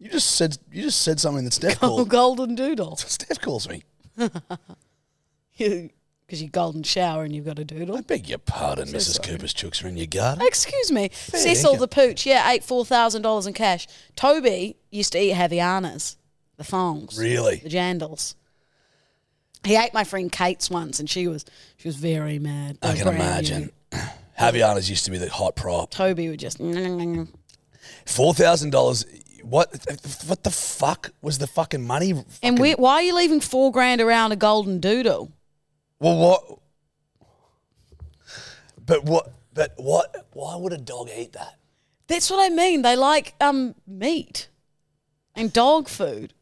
[SPEAKER 1] You just said you just said something that Steph
[SPEAKER 2] a
[SPEAKER 1] called.
[SPEAKER 2] golden doodle
[SPEAKER 1] Steph calls me.
[SPEAKER 2] because you golden shower and you've got a
[SPEAKER 1] I
[SPEAKER 2] doodle.
[SPEAKER 1] beg your pardon, Mrs. Cooper's chooks are in your garden.
[SPEAKER 2] Excuse me,
[SPEAKER 1] dinkum.
[SPEAKER 2] Cecil the pooch. Yeah, ate four thousand dollars in cash. Toby used to eat Havianas, the thongs. the
[SPEAKER 1] Really?
[SPEAKER 2] jandals. He ate my friend Kate's once, and she was she was very mad.
[SPEAKER 1] I can
[SPEAKER 2] Brand new.
[SPEAKER 1] imagine. Javianas used to be the hot prop.
[SPEAKER 2] Toby would just.
[SPEAKER 1] Mm. Four thousand dollars. What? What the fuck was the fucking money?
[SPEAKER 2] And
[SPEAKER 1] Fucking-
[SPEAKER 2] we, why are you leaving four grand around a golden doodle?
[SPEAKER 1] Well, what? But what? But what? Why would a dog eat that?
[SPEAKER 2] That's what I mean. They like um meat and dog food,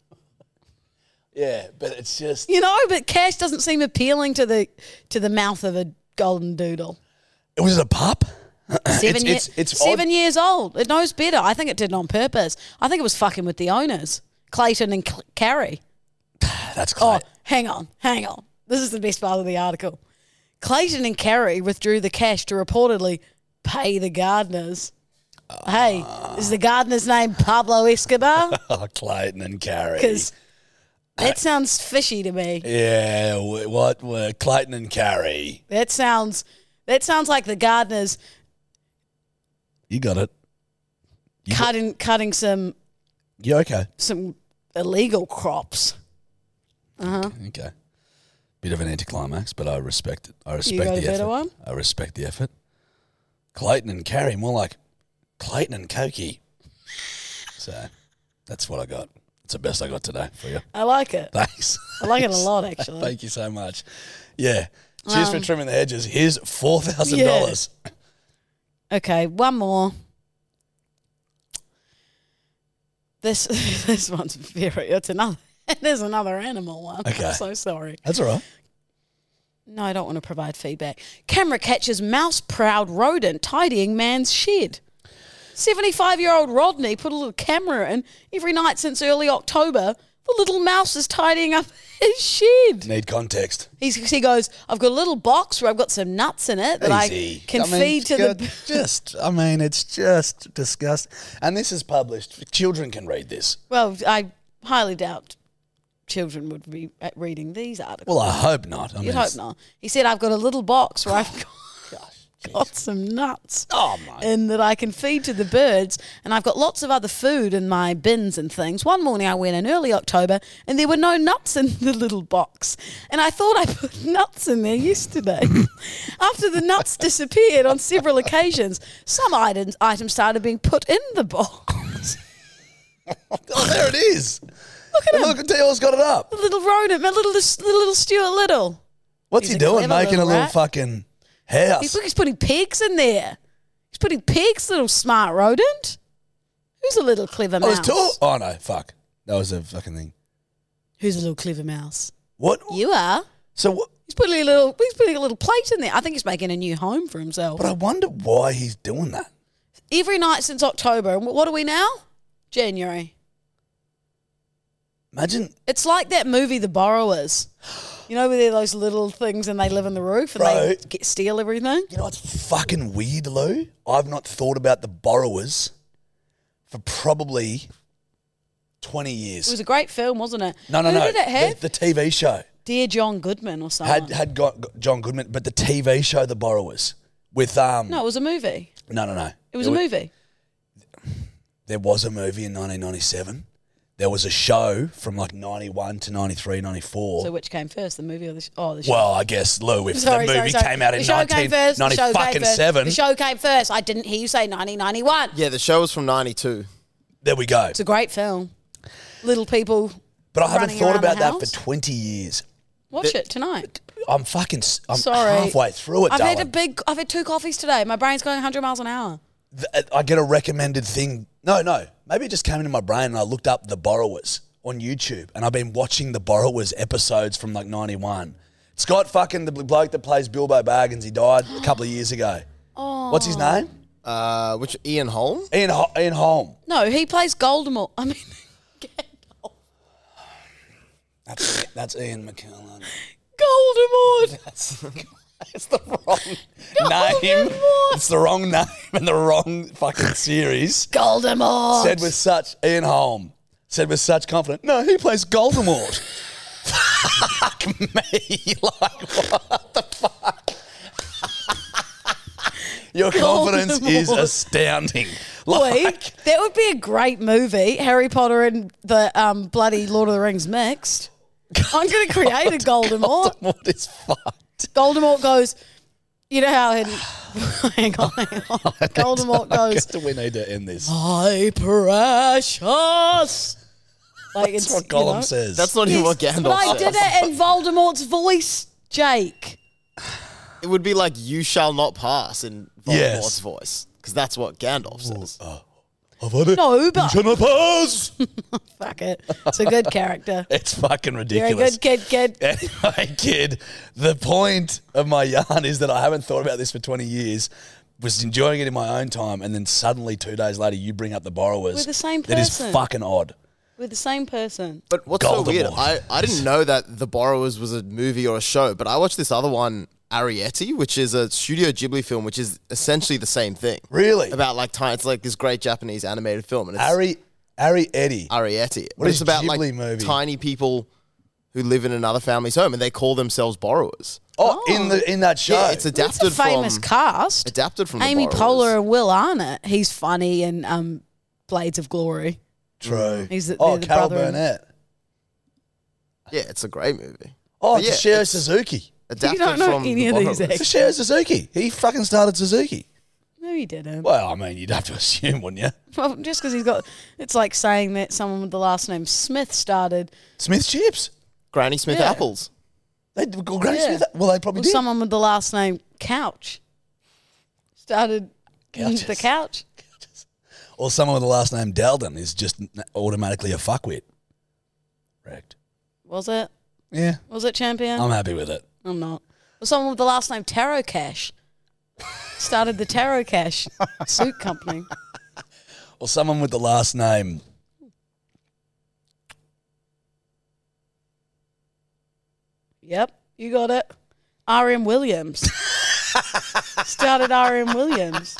[SPEAKER 5] Yeah, but it's just
[SPEAKER 2] you know. But cash doesn't seem appealing to the to the mouth of a golden doodle.
[SPEAKER 1] It was a pup.
[SPEAKER 2] Seven,
[SPEAKER 1] it's, it's,
[SPEAKER 2] year,
[SPEAKER 1] it's
[SPEAKER 2] seven
[SPEAKER 1] odd.
[SPEAKER 2] years old. It knows better. I think it did it on purpose. I think it was fucking with the owners, Clayton and Cl- Carrie.
[SPEAKER 1] That's
[SPEAKER 2] Oh,
[SPEAKER 1] close.
[SPEAKER 2] hang on, hang on. This is the best part of the article. Clayton and Carrie withdrew the cash to reportedly pay the gardeners. hey, is the gardener's name Pablo Escobar?
[SPEAKER 1] Oh, Clayton and Carrie.
[SPEAKER 2] Because that sounds fishy to me.
[SPEAKER 1] Yeah, wh- what were Clayton and Carrie?
[SPEAKER 2] That sounds that sounds like the gardeners
[SPEAKER 1] You got it. You got-
[SPEAKER 2] cutting cutting some
[SPEAKER 1] you okay?
[SPEAKER 2] some illegal crops. Uh-huh.
[SPEAKER 1] Okay. Bit of an anticlimax, but I respect it. I respect
[SPEAKER 2] got
[SPEAKER 1] the
[SPEAKER 2] a better
[SPEAKER 1] effort.
[SPEAKER 2] one?
[SPEAKER 1] I respect the effort. Clayton and Carrie, more like Clayton and Cokey. So that's what I got. It's the best I got today for you.
[SPEAKER 2] I like it.
[SPEAKER 1] Thanks.
[SPEAKER 2] I like it a
[SPEAKER 1] Thanks.
[SPEAKER 2] lot, actually. Um,
[SPEAKER 1] Thank you so much. Yeah. Cheers for trimming the hedges. Here's four thousand dollars.
[SPEAKER 2] Okay, one more. This this one's very. It's another. There's another animal one.
[SPEAKER 1] Okay.
[SPEAKER 2] I'm so sorry.
[SPEAKER 1] That's all right.
[SPEAKER 2] No, I don't want to provide feedback. Camera catches mouse proud rodent tidying man's shed. 75 year old Rodney put a little camera in every night since early October. The little mouse is tidying up his shed.
[SPEAKER 1] Need context.
[SPEAKER 2] He's, he goes, I've got a little box where I've got some nuts in it that
[SPEAKER 1] Easy.
[SPEAKER 2] I can
[SPEAKER 1] mean,
[SPEAKER 2] feed to
[SPEAKER 1] ju-
[SPEAKER 2] the.
[SPEAKER 1] just. I mean, it's just disgusting. And this is published. Children can read this.
[SPEAKER 2] Well, I highly doubt children would be uh, reading these articles.
[SPEAKER 1] Well, I hope not. I
[SPEAKER 2] You'd
[SPEAKER 1] mean,
[SPEAKER 2] hope
[SPEAKER 1] it's-
[SPEAKER 2] not. He said, I've got a little box where I've got, got some nuts
[SPEAKER 1] Oh my!
[SPEAKER 2] and that I can feed to the birds, and I've got lots of other food in my bins and things. One morning I went in early October and there were no nuts in the little box, and I thought I put nuts in there yesterday. After the nuts disappeared on several occasions, some items, items started being put in the box.
[SPEAKER 1] Oh, there it is. Look at him. Look, Dale's got it up.
[SPEAKER 2] The little rodent, my little the little Stuart Little.
[SPEAKER 1] What's
[SPEAKER 2] He's
[SPEAKER 1] he
[SPEAKER 2] a
[SPEAKER 1] doing?
[SPEAKER 2] clever
[SPEAKER 1] Making a
[SPEAKER 2] little
[SPEAKER 1] little
[SPEAKER 2] rat.
[SPEAKER 1] fucking
[SPEAKER 2] He's,
[SPEAKER 1] house.
[SPEAKER 2] look, he's putting pigs in there. He's putting pigs, little smart rodent. Who's a little clever
[SPEAKER 1] oh,
[SPEAKER 2] mouse?
[SPEAKER 1] there's two. Oh no! Fuck. That was a fucking thing.
[SPEAKER 2] Who's a little clever mouse?
[SPEAKER 1] What?
[SPEAKER 2] You are.
[SPEAKER 1] So what?
[SPEAKER 2] He's putting a little. He's putting a little plate in there. I think he's making a new home for himself.
[SPEAKER 1] But I wonder why he's doing that.
[SPEAKER 2] Every night since October, and what are we now? January.
[SPEAKER 1] Imagine
[SPEAKER 2] It's like that movie, The Borrowers. You know, where they're those little things and they live in the roof and they
[SPEAKER 1] Right.
[SPEAKER 2] get, steal everything.
[SPEAKER 1] You know what's fucking weird, Lou. I've not thought about the borrowers for probably twenty
[SPEAKER 2] It
[SPEAKER 1] years.
[SPEAKER 2] was a great film, wasn't it?
[SPEAKER 1] no, no,
[SPEAKER 2] Who
[SPEAKER 1] no.
[SPEAKER 2] Did it have?
[SPEAKER 1] The, the TV show
[SPEAKER 2] Dear John Goodman or something.
[SPEAKER 1] had had got got John Goodman, but the TV show, The Borrowers, with um.
[SPEAKER 2] no, it was a movie.
[SPEAKER 1] no, no, no.
[SPEAKER 2] It was
[SPEAKER 1] There
[SPEAKER 2] a
[SPEAKER 1] wa-
[SPEAKER 2] movie.
[SPEAKER 1] There was a movie in 1997. There was a show from like 91 to 93, 94.
[SPEAKER 2] So which came first, the movie or the sh- oh the show?
[SPEAKER 1] well, I guess Lou, if
[SPEAKER 2] Sorry,
[SPEAKER 1] the
[SPEAKER 2] sorry,
[SPEAKER 1] movie
[SPEAKER 2] sorry.
[SPEAKER 1] came out in
[SPEAKER 2] The show came first, the show
[SPEAKER 1] 1990
[SPEAKER 2] came
[SPEAKER 1] fucking
[SPEAKER 2] first,
[SPEAKER 1] seven,
[SPEAKER 2] The show came first. I didn't hear you say 1991.
[SPEAKER 3] Yeah, the show was from '92.
[SPEAKER 1] there we go.
[SPEAKER 2] It's a great film. Little people.
[SPEAKER 1] But I haven't
[SPEAKER 2] running
[SPEAKER 1] thought
[SPEAKER 2] around the
[SPEAKER 1] about that for
[SPEAKER 2] house.
[SPEAKER 1] 20 years.
[SPEAKER 2] Watch it tonight.
[SPEAKER 1] I'm fucking. s- I'm
[SPEAKER 2] Sorry,
[SPEAKER 1] halfway through it,
[SPEAKER 2] I've
[SPEAKER 1] darling.
[SPEAKER 2] had a big. I've had two coffees today. My brain's going 100 miles an hour.
[SPEAKER 1] Th- uh, I get a recommended thing. No, no. Maybe it just came into my brain and I looked up The Borrowers on YouTube and I've been watching The Borrowers episodes from like 91. It's got fucking the bloke that plays Bilbo Baggins. He died a couple of years ago.
[SPEAKER 2] Oh,
[SPEAKER 1] What's his name?
[SPEAKER 3] Uh, which Ian Holm?
[SPEAKER 1] Ian, Ho- Ian Holm.
[SPEAKER 2] No, he plays Voldemort. I mean,
[SPEAKER 1] That's, that's Ian McKellen.
[SPEAKER 2] Voldemort.
[SPEAKER 1] That's, that's the wrong name. It's the wrong name and the wrong fucking series.
[SPEAKER 2] Voldemort.
[SPEAKER 1] Said with such Ian Holm. Said with such confidence. No, he plays Voldemort. fuck me. Like what the fuck? Your confidence is
[SPEAKER 2] Voldemort.
[SPEAKER 1] astounding.
[SPEAKER 2] Boy,
[SPEAKER 1] Like
[SPEAKER 2] that would be a great movie. Harry Potter and the um, bloody Lord of the Rings mixed. I'm going to create a Voldemort.
[SPEAKER 1] Voldemort is fucked.
[SPEAKER 2] Voldemort goes. You know how in, hang on, hang on. Voldemort goes. Oh,
[SPEAKER 1] Do we need to end this?
[SPEAKER 2] My precious. Like
[SPEAKER 1] That's what Gollum says.
[SPEAKER 3] That's not even what Gandalf
[SPEAKER 2] But I
[SPEAKER 3] says.
[SPEAKER 2] did it in Voldemort's voice, Jake.
[SPEAKER 3] It would be like "You shall not pass" in Voldemort's
[SPEAKER 1] Yes.
[SPEAKER 3] voice, because that's what Gandalf says.
[SPEAKER 1] I've had it.
[SPEAKER 2] No, but-
[SPEAKER 1] You shall not pass.
[SPEAKER 2] Fuck it. It's a good character.
[SPEAKER 1] It's fucking
[SPEAKER 2] You're a
[SPEAKER 1] ridiculous.
[SPEAKER 2] good kid, kid.
[SPEAKER 1] Anyway, kid, the point of my yarn is that I haven't thought about this for 20 years, was enjoying it in my own time, and then suddenly two days later you bring up the borrowers.
[SPEAKER 2] We're the same
[SPEAKER 1] That is
[SPEAKER 2] person.
[SPEAKER 1] fucking odd.
[SPEAKER 2] We're the same person.
[SPEAKER 3] But what's so weird?
[SPEAKER 1] Voldemort.
[SPEAKER 3] I, I didn't know that The Borrowers was a movie or a show, but I watched this other one, Arietti, which is a Studio Ghibli film, which is essentially the same thing.
[SPEAKER 1] Really?
[SPEAKER 3] About like time, it's like this great Japanese animated film, and it's
[SPEAKER 1] Ari, Ari
[SPEAKER 3] Uh,
[SPEAKER 1] Eddie.
[SPEAKER 3] Arietti.
[SPEAKER 1] What
[SPEAKER 3] But
[SPEAKER 1] is
[SPEAKER 3] it's about
[SPEAKER 1] Ghibli
[SPEAKER 3] like
[SPEAKER 1] movie?
[SPEAKER 3] tiny people who live in another family's home, and they call themselves borrowers.
[SPEAKER 1] Oh, in the in that show.
[SPEAKER 3] Yeah, it's
[SPEAKER 2] That's
[SPEAKER 3] adapted
[SPEAKER 2] a famous
[SPEAKER 3] from
[SPEAKER 2] cast.
[SPEAKER 3] adapted from The
[SPEAKER 2] Amy
[SPEAKER 3] Borrowers.
[SPEAKER 2] Poehler and Will Arnett. He's funny and um, Blades of Glory.
[SPEAKER 1] True.
[SPEAKER 2] He's the-
[SPEAKER 1] oh,
[SPEAKER 2] they're the
[SPEAKER 1] Carol
[SPEAKER 2] brother and-
[SPEAKER 1] Burnett.
[SPEAKER 3] Yeah, it's a great movie.
[SPEAKER 1] Oh,
[SPEAKER 3] But
[SPEAKER 1] it's
[SPEAKER 3] yeah,
[SPEAKER 1] Shiro
[SPEAKER 3] it's
[SPEAKER 1] Suzuki.
[SPEAKER 3] Adapted
[SPEAKER 2] don't know
[SPEAKER 3] from
[SPEAKER 2] any
[SPEAKER 3] The
[SPEAKER 2] of these
[SPEAKER 3] Borrowers.
[SPEAKER 1] It's Shiro Suzuki. He fucking started Suzuki.
[SPEAKER 2] No, he didn't.
[SPEAKER 1] Well, I mean, you'd have to assume, wouldn't you?
[SPEAKER 2] Well, just because he's got, it's like saying that someone with the last name Smith started,
[SPEAKER 1] Smith Chips.
[SPEAKER 3] Granny Smith
[SPEAKER 2] Yeah.
[SPEAKER 3] apples.
[SPEAKER 1] They, Granny
[SPEAKER 2] Yeah.
[SPEAKER 1] Smith, well, they probably
[SPEAKER 2] or
[SPEAKER 1] did.
[SPEAKER 2] someone with the last name Couch started
[SPEAKER 1] Couches.
[SPEAKER 2] the couch.
[SPEAKER 1] Or someone with the last name Dalden is just n- automatically a fuckwit. Correct.
[SPEAKER 2] Was it?
[SPEAKER 1] Yeah.
[SPEAKER 2] Was it champion?
[SPEAKER 1] I'm happy with it.
[SPEAKER 2] I'm not. Well, someone with the last name Tarot Cash started the Tarot Cash suit company.
[SPEAKER 1] Or someone with the last name.
[SPEAKER 2] Yep, you got it. R.M. Williams started R.M. Williams.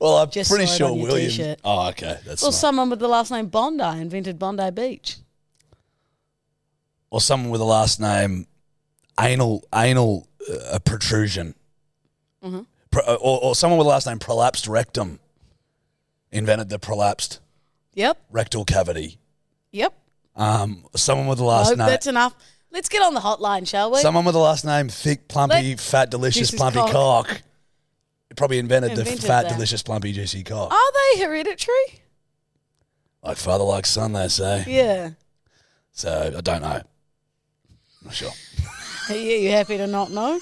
[SPEAKER 1] Well, I'm
[SPEAKER 2] Just
[SPEAKER 1] pretty
[SPEAKER 2] saw it
[SPEAKER 1] sure
[SPEAKER 2] on your
[SPEAKER 1] William.
[SPEAKER 2] t-shirt.
[SPEAKER 1] Oh, okay. That's
[SPEAKER 2] Well,
[SPEAKER 1] smart.
[SPEAKER 2] someone with the last name Bondi invented Bondi Beach.
[SPEAKER 1] or someone with the last name anal anal uh, protrusion.
[SPEAKER 2] Mhm.
[SPEAKER 1] Pro, uh, or, or someone with the last name prolapsed rectum invented the prolapsed
[SPEAKER 2] Yep,
[SPEAKER 1] rectal cavity.
[SPEAKER 2] yep.
[SPEAKER 1] Um, someone with the last
[SPEAKER 2] Nope,
[SPEAKER 1] name.
[SPEAKER 2] that's enough. Let's get on the hotline, shall we?
[SPEAKER 1] Someone with the last name thick, plumpy,
[SPEAKER 2] Let-
[SPEAKER 1] fat, delicious,
[SPEAKER 2] Juicy's
[SPEAKER 1] plumpy
[SPEAKER 2] cock.
[SPEAKER 1] cock. Probably invented,
[SPEAKER 2] Invented
[SPEAKER 1] the fat,
[SPEAKER 2] that.
[SPEAKER 1] delicious, plumpy, juicy cock.
[SPEAKER 2] Are they hereditary?
[SPEAKER 1] Like father, like son, they say.
[SPEAKER 2] Yeah.
[SPEAKER 1] So I don't know. I'm not sure.
[SPEAKER 2] Are you you happy to not know?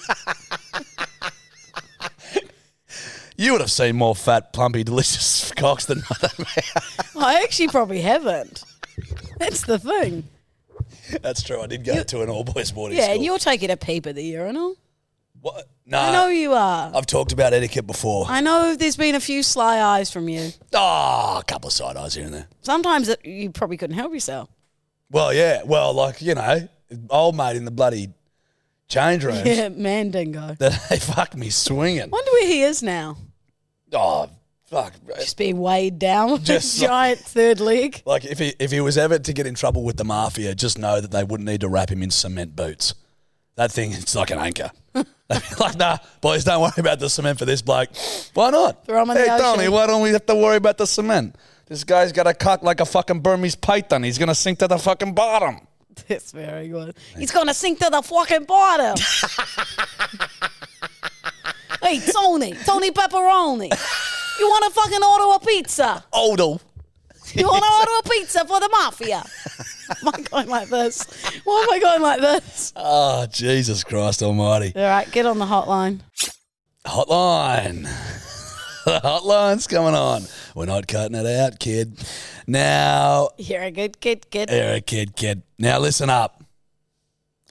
[SPEAKER 1] You would have seen more fat, plumpy, delicious cocks than
[SPEAKER 2] I actually probably haven't. That's the thing.
[SPEAKER 1] That's true. I did go
[SPEAKER 2] You-
[SPEAKER 1] to an all boys boarding
[SPEAKER 2] yeah,
[SPEAKER 1] school.
[SPEAKER 2] and you're taking a peep at the urinal.
[SPEAKER 1] What? No.
[SPEAKER 2] I know you are.
[SPEAKER 1] I've talked about etiquette before.
[SPEAKER 2] I know there's been a few sly eyes from you.
[SPEAKER 1] Ah, a couple of side eyes here and there.
[SPEAKER 2] Sometimes it, you probably couldn't help yourself.
[SPEAKER 1] Well, yeah. Well, like, you know, old mate in the bloody change room.
[SPEAKER 2] Yeah, Mandingo.
[SPEAKER 1] That they fuck me swinging.
[SPEAKER 2] Wonder where he is now.
[SPEAKER 1] Oh, fuck. bro.
[SPEAKER 2] Just being weighed down with
[SPEAKER 1] Just
[SPEAKER 2] a giant third leg.
[SPEAKER 1] Like, if he, if he was ever to get in trouble with the mafia, just know that they wouldn't need to wrap him in cement boots. That thing, it's like an anchor. They'd be like, nah, boys, don't worry about the cement for this bloke. Why not?
[SPEAKER 2] Throw him in
[SPEAKER 1] hey,
[SPEAKER 2] the ocean.
[SPEAKER 1] Tony, why don't we have to worry about the cement? This guy's got a cock like a fucking Burmese python. He's going to sink to the fucking bottom.
[SPEAKER 2] That's very good. He's gonna sink to the fucking bottom. hey, Tony, Tony Pepperoni. You want to fucking order a pizza?
[SPEAKER 1] Odo.
[SPEAKER 2] You want to order a pizza for the mafia? am I going like this? Why am I going like this?
[SPEAKER 1] Oh, Jesus Christ almighty.
[SPEAKER 2] All right, get on the hotline.
[SPEAKER 1] Hotline. the hotline's coming on. We're not cutting it out, kid. Now,
[SPEAKER 2] You're a good kid, kid.
[SPEAKER 1] Eric, kid, kid. Now, listen up.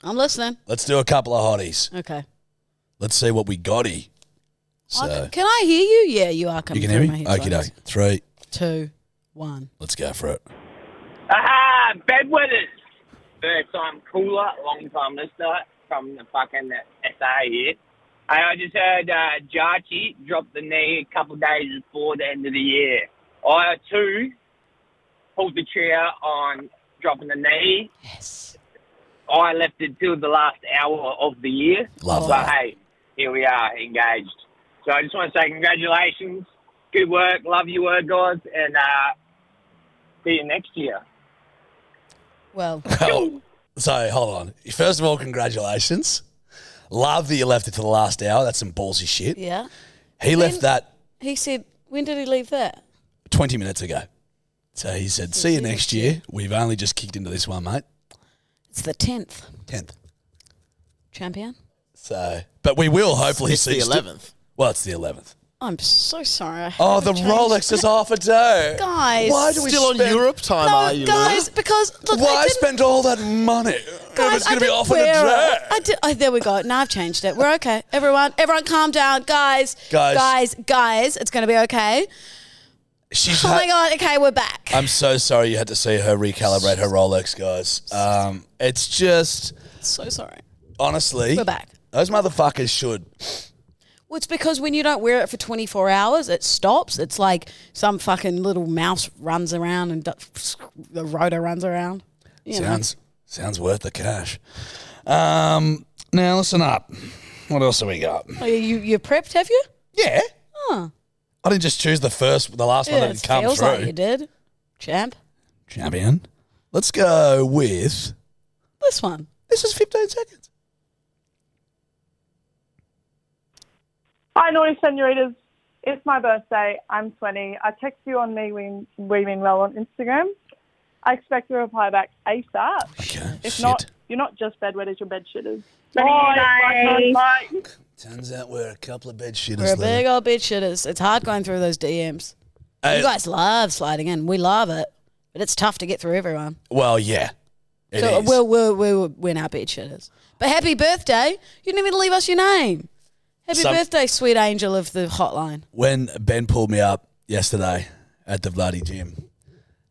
[SPEAKER 2] I'm listening.
[SPEAKER 1] Let's do a couple of hotties.
[SPEAKER 2] Okay.
[SPEAKER 1] Let's see what we gotty.
[SPEAKER 2] I-
[SPEAKER 1] So,
[SPEAKER 2] can I hear you? Yeah, you are
[SPEAKER 1] you
[SPEAKER 2] coming.
[SPEAKER 1] can hear
[SPEAKER 2] through
[SPEAKER 1] me?
[SPEAKER 2] my
[SPEAKER 1] Okay,
[SPEAKER 2] headphones.
[SPEAKER 1] doke. Three.
[SPEAKER 2] Two, one.
[SPEAKER 1] Let's go for it.
[SPEAKER 7] Aha! Bedwetters! First time cooler, long time listener from the fucking SA here. Hey, I just heard uh, Jarchi drop the knee a couple of days before the end of the year. I, too, pulled the trigger on dropping the knee. Yes. I left it till the last hour of the year.
[SPEAKER 1] Love
[SPEAKER 7] but
[SPEAKER 1] that.
[SPEAKER 7] hey, here we are, engaged. So I just want to say congratulations. Good work. Love your work, guys. And uh, see you next year.
[SPEAKER 2] Well,
[SPEAKER 1] Well, so hold on. First of all, congratulations. Love that you left it to the last hour. That's some ballsy shit.
[SPEAKER 2] yeah.
[SPEAKER 1] He left that
[SPEAKER 2] He said, when did he leave that?
[SPEAKER 1] 20 minutes ago. So he said, see you next year. We've only just kicked into this one, mate.
[SPEAKER 2] It's the 10th.
[SPEAKER 1] 10th.
[SPEAKER 2] Champion?
[SPEAKER 1] So, but we will hopefully
[SPEAKER 3] It's
[SPEAKER 1] see
[SPEAKER 3] the 11th.
[SPEAKER 1] Well, it's the 11th.
[SPEAKER 2] I'm so sorry. I
[SPEAKER 1] Oh,
[SPEAKER 2] haven't
[SPEAKER 1] the
[SPEAKER 2] changed-
[SPEAKER 1] Rolex is off a day.
[SPEAKER 2] Guys.
[SPEAKER 1] why do we
[SPEAKER 3] Still
[SPEAKER 1] spend,
[SPEAKER 3] on Europe time,
[SPEAKER 2] No,
[SPEAKER 3] are you?
[SPEAKER 2] guys,
[SPEAKER 3] Lou?
[SPEAKER 2] because look,
[SPEAKER 1] Why
[SPEAKER 2] I didn't,
[SPEAKER 1] spend all that money? if
[SPEAKER 2] guys,
[SPEAKER 1] it's going
[SPEAKER 2] I
[SPEAKER 1] to be
[SPEAKER 2] didn't
[SPEAKER 1] off in a
[SPEAKER 2] wear
[SPEAKER 1] day.
[SPEAKER 2] it. I did, oh, there we go. Now I've changed it. We're okay. Everyone, everyone, calm down, guys.
[SPEAKER 1] Guys.
[SPEAKER 2] guys, guys. It's gonna be okay.
[SPEAKER 1] She's.
[SPEAKER 2] Oh
[SPEAKER 1] ha-
[SPEAKER 2] my god. Okay, we're back.
[SPEAKER 1] I'm so sorry you had to see her recalibrate her Rolex, guys. Um, it's just
[SPEAKER 2] so sorry.
[SPEAKER 1] honestly,
[SPEAKER 2] We're back.
[SPEAKER 1] Those motherfuckers should.
[SPEAKER 2] Well, it's because when you don't wear it for 24 hours, it stops. It's like some fucking little mouse runs around and do- the rotor runs around. You know.
[SPEAKER 1] Sounds sounds worth the cash. Um, now listen up. What else have we got?
[SPEAKER 2] Oh, you you prepped? Have you?
[SPEAKER 1] Yeah,
[SPEAKER 2] Huh.
[SPEAKER 1] I didn't just choose the first, the last one that
[SPEAKER 2] it
[SPEAKER 1] had come
[SPEAKER 2] feels
[SPEAKER 1] through.
[SPEAKER 2] like you did, champ.
[SPEAKER 1] Champion. Let's go with.
[SPEAKER 2] This one.
[SPEAKER 1] This is 15 seconds.
[SPEAKER 8] Hi, naughty senoritas. It's my birthday. I'm 20. I text you on me, we, we mean well on Instagram. I expect a reply back ASAP.
[SPEAKER 1] Okay.
[SPEAKER 8] If
[SPEAKER 1] shit.
[SPEAKER 8] not, you're not just bedwetters, you're bedshitters.
[SPEAKER 7] Bye.
[SPEAKER 1] Turns out we're a couple of bed
[SPEAKER 2] We're a
[SPEAKER 1] shitters. Lily.
[SPEAKER 2] big old bitch shitters. It's hard going through those DMs.
[SPEAKER 1] Hey,
[SPEAKER 2] You guys love sliding in. We love it, but it's tough to get through everyone.
[SPEAKER 1] well, yeah. It
[SPEAKER 2] so
[SPEAKER 1] is.
[SPEAKER 2] we're we're we're we're now bitch shitters. But happy birthday! You didn't even leave us your name. Happy
[SPEAKER 1] Some-
[SPEAKER 2] birthday, sweet angel of the hotline.
[SPEAKER 1] when Ben pulled me up yesterday at the bloody gym,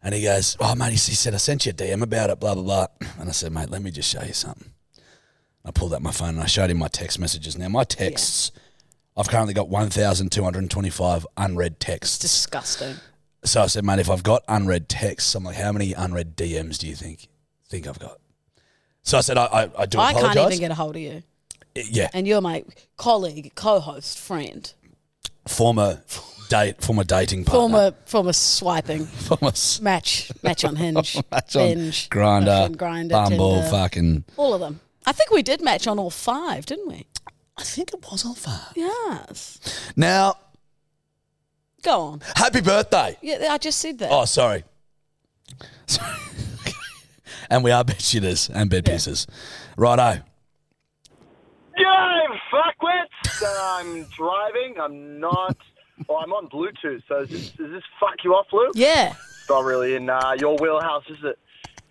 [SPEAKER 1] and he goes, "Oh, mate," he said, "I sent you a DM about it, blah blah blah," and I said, "Mate, let me just show you something." I pulled out my phone and I showed him my text messages. Now my texts, I've currently got one thousand two hundred twenty-five unread texts.
[SPEAKER 2] Disgusting.
[SPEAKER 1] So I said, mate, if I've got unread texts, I'm like, how many unread DMs do you think think I've got? So I said, I, I, I do
[SPEAKER 2] I
[SPEAKER 1] apologize.
[SPEAKER 2] can't even get a hold of you,
[SPEAKER 1] yeah,
[SPEAKER 2] and you're my colleague, co-host, friend,
[SPEAKER 1] former date, former dating partner,
[SPEAKER 2] former former swiping
[SPEAKER 1] former, former
[SPEAKER 2] match match on Hinge,
[SPEAKER 1] match on
[SPEAKER 2] Hinge,
[SPEAKER 1] grinder,
[SPEAKER 2] fucking grinder,
[SPEAKER 1] bumble,
[SPEAKER 2] Tinder,
[SPEAKER 1] fucking.
[SPEAKER 2] all of them. I think we did match on all five, didn't we?
[SPEAKER 1] I think it was on fire.
[SPEAKER 2] Yes.
[SPEAKER 1] Now,
[SPEAKER 2] Go on.
[SPEAKER 1] happy birthday.
[SPEAKER 2] Yeah, I just said that.
[SPEAKER 1] Oh, sorry. Sorry. and we are bed shitters and bed pissers. Righto.
[SPEAKER 9] Yo, fuckwits! I'm driving. I'm not. Oh, I'm on Bluetooth. So is this, does this fuck you off, Lou?
[SPEAKER 2] Yeah.
[SPEAKER 9] It's not really in uh, your wheelhouse, is it?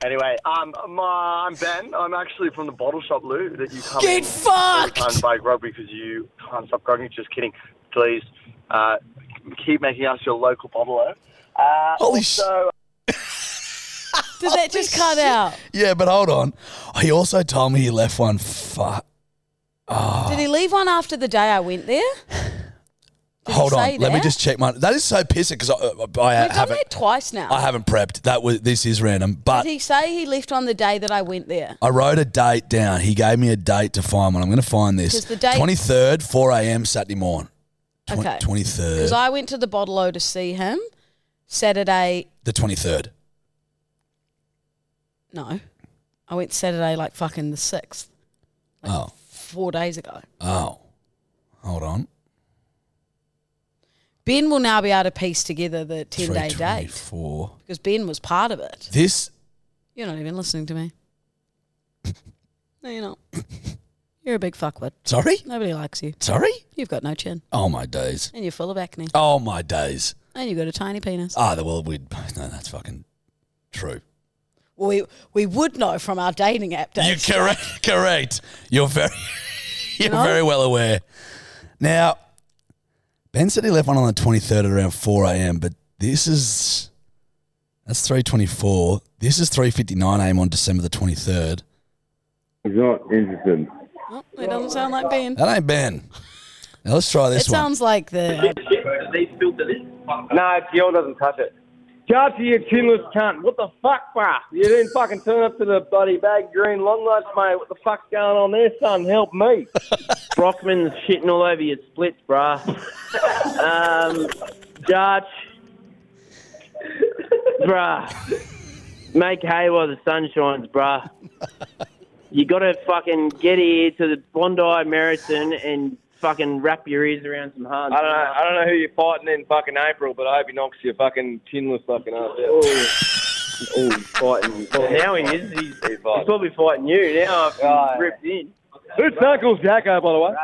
[SPEAKER 9] Anyway, um, my, I'm Ben. I'm actually from the bottle shop, Lou. That you come
[SPEAKER 2] Get
[SPEAKER 9] in
[SPEAKER 2] fucked!
[SPEAKER 9] all the time to buy grog because you can't stop grogging. Just kidding. Please, uh, keep making us your local bottler. Uh,
[SPEAKER 1] Holy
[SPEAKER 9] also,
[SPEAKER 2] Did that just cut out?
[SPEAKER 1] Yeah, but hold on. He also told me he left one. Fuck. Oh.
[SPEAKER 2] Did he leave one after the day I went there?
[SPEAKER 1] Hold on.
[SPEAKER 2] say
[SPEAKER 1] Let me
[SPEAKER 2] that?
[SPEAKER 1] just check my. That is so pissing because I, I,
[SPEAKER 2] We've done
[SPEAKER 1] haven't.
[SPEAKER 2] that twice now.
[SPEAKER 1] I haven't prepped. That was this is random, but
[SPEAKER 2] Did he say he left on the day that I went there?
[SPEAKER 1] I wrote a date down. He gave me a date to find one. I'm going to find this.
[SPEAKER 2] 'Cause the date-
[SPEAKER 1] twenty third, four a.m. Saturday morning.
[SPEAKER 2] Okay.
[SPEAKER 1] Twenty
[SPEAKER 2] Because
[SPEAKER 1] third.
[SPEAKER 2] I went to the Bottle to see him Saturday.
[SPEAKER 1] the twenty third.
[SPEAKER 2] No, I went Saturday like fucking the sixth,
[SPEAKER 1] Oh,
[SPEAKER 2] four days ago.
[SPEAKER 1] oh. Hold on.
[SPEAKER 2] Ben will now be able to piece together the ten day date
[SPEAKER 1] 324.
[SPEAKER 2] because Ben was part of it.
[SPEAKER 1] This
[SPEAKER 2] You're not even listening to me. no, you're not. You're a big fuckwit.
[SPEAKER 1] Sorry?
[SPEAKER 2] Nobody likes you.
[SPEAKER 1] Sorry?
[SPEAKER 2] You've got no chin,
[SPEAKER 1] Oh my days.
[SPEAKER 2] and you're full of acne,
[SPEAKER 1] Oh my days.
[SPEAKER 2] and you've got a tiny penis.
[SPEAKER 1] Ah, the well, we no, that's fucking true.
[SPEAKER 2] Well, we we would know from our dating app
[SPEAKER 1] You're
[SPEAKER 2] dates.
[SPEAKER 1] correct. Correct. You're very, you're
[SPEAKER 2] No?
[SPEAKER 1] very well aware. Now, Ben said he left one on the 23rd at around 4 a.m. But this is that's 3:24. This is 3:59 a.m. on December the 23rd.
[SPEAKER 10] He's not interested.
[SPEAKER 2] Oh, it doesn't sound like Ben.
[SPEAKER 1] That ain't Ben. Now let's try
[SPEAKER 2] It
[SPEAKER 1] this one.
[SPEAKER 2] sounds like the
[SPEAKER 9] uh,
[SPEAKER 10] Nah, Gil doesn't touch it. Chachi, you chinless cunt. What the fuck, bruh? You didn't fucking turn up to the buddy bag green long lunch, mate. What the fuck's going on there, son? Help me. Brockman's shitting all over your splits, bruh. um, Judge. Bruh. Make hay while the sun shines, bruh. You gotta fucking get here to the Bondi Marathon and fucking wrap your ears around some hard
[SPEAKER 9] I don't know. I don't know who you're fighting in fucking April, but I hope he knocks your fucking chinless fucking ass out.
[SPEAKER 10] Oh, fighting. Well, now he is. He's, he's probably fighting you now. I've
[SPEAKER 9] Right.
[SPEAKER 10] ripped in.
[SPEAKER 9] It's Knuckles Jacko, by the way.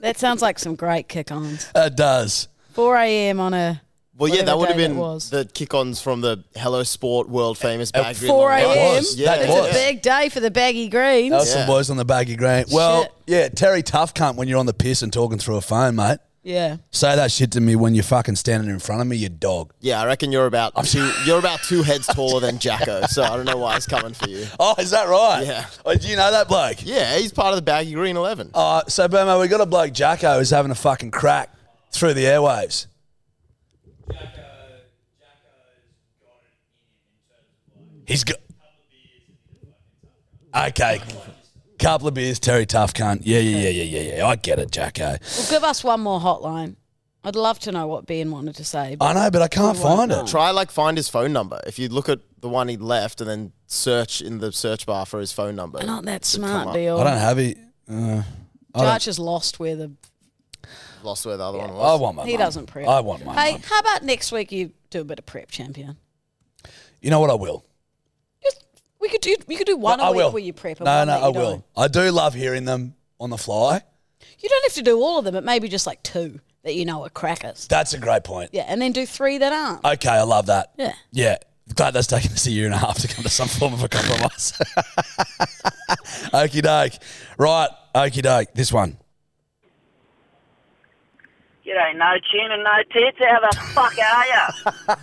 [SPEAKER 2] that sounds like some great kick ons.
[SPEAKER 1] It does.
[SPEAKER 2] 4 a.m. on a
[SPEAKER 3] Well, yeah, that
[SPEAKER 2] whatever
[SPEAKER 3] would
[SPEAKER 2] day
[SPEAKER 3] have been
[SPEAKER 2] was. the
[SPEAKER 3] kick-ons from the Hello Sport world famous
[SPEAKER 1] At
[SPEAKER 3] bag.
[SPEAKER 2] 4 a.m.
[SPEAKER 3] Yeah,
[SPEAKER 2] It's a big day for the baggy greens.
[SPEAKER 1] That was some boys on the baggy green. Well,
[SPEAKER 2] Shit.
[SPEAKER 1] yeah, Terry Tough cunt when you're on the piss and talking through a phone, mate.
[SPEAKER 2] Yeah.
[SPEAKER 1] Say that shit to me when you're fucking standing in front of me, you dog.
[SPEAKER 3] Yeah, I reckon you're about two. You're about two heads taller than Jacko, so I don't know why he's coming for you.
[SPEAKER 1] Oh, is that right?
[SPEAKER 3] Yeah.
[SPEAKER 1] Oh, do you know that bloke?
[SPEAKER 3] Yeah, he's part of the baggy green eleven.
[SPEAKER 1] Uh, so, Burma, we got a bloke, Jacko, who's having a fucking crack through the airwaves. He's got. Okay. Couple of beers, Terry Tough cunt. Yeah, yeah, yeah, yeah, yeah, yeah. I get it, Jacko.
[SPEAKER 2] Well, give us one more hotline. I'd love to know what Ben wanted to say.
[SPEAKER 1] I know, but I can't find it.
[SPEAKER 3] Try like find his phone number. If you look at the one he left and then search in the search bar for his phone number.
[SPEAKER 2] Not that
[SPEAKER 3] it'll come
[SPEAKER 2] smart,
[SPEAKER 3] up.
[SPEAKER 2] Bill.
[SPEAKER 1] I don't have it. Uh, I, don't-
[SPEAKER 2] Jarch has lost where the.
[SPEAKER 3] Lost where the other one
[SPEAKER 1] I
[SPEAKER 3] was.
[SPEAKER 1] want my.
[SPEAKER 2] he
[SPEAKER 1] mum.
[SPEAKER 2] doesn't prep.
[SPEAKER 1] I want my.
[SPEAKER 2] Hey,
[SPEAKER 1] mum.
[SPEAKER 2] how about next week you do a bit of prep, champion?
[SPEAKER 1] You know what? I will.
[SPEAKER 2] We could do we could do one
[SPEAKER 1] I
[SPEAKER 2] a week
[SPEAKER 1] will.
[SPEAKER 2] where you prep. And
[SPEAKER 1] No,
[SPEAKER 2] one
[SPEAKER 1] no,
[SPEAKER 2] that you
[SPEAKER 1] I will.
[SPEAKER 2] don't.
[SPEAKER 1] I do love hearing them on the fly.
[SPEAKER 2] You don't have to do all of them, but maybe just like two that you know are crackers.
[SPEAKER 1] That's a great point.
[SPEAKER 2] Yeah, and then do three that aren't.
[SPEAKER 1] Okay, I love that.
[SPEAKER 2] Yeah.
[SPEAKER 1] Yeah. Glad that's taken us a year and a half to come to some form of a compromise. Okey doke. Right. Okey doke. This one.
[SPEAKER 11] G'day, no chin and no tits. How the fuck are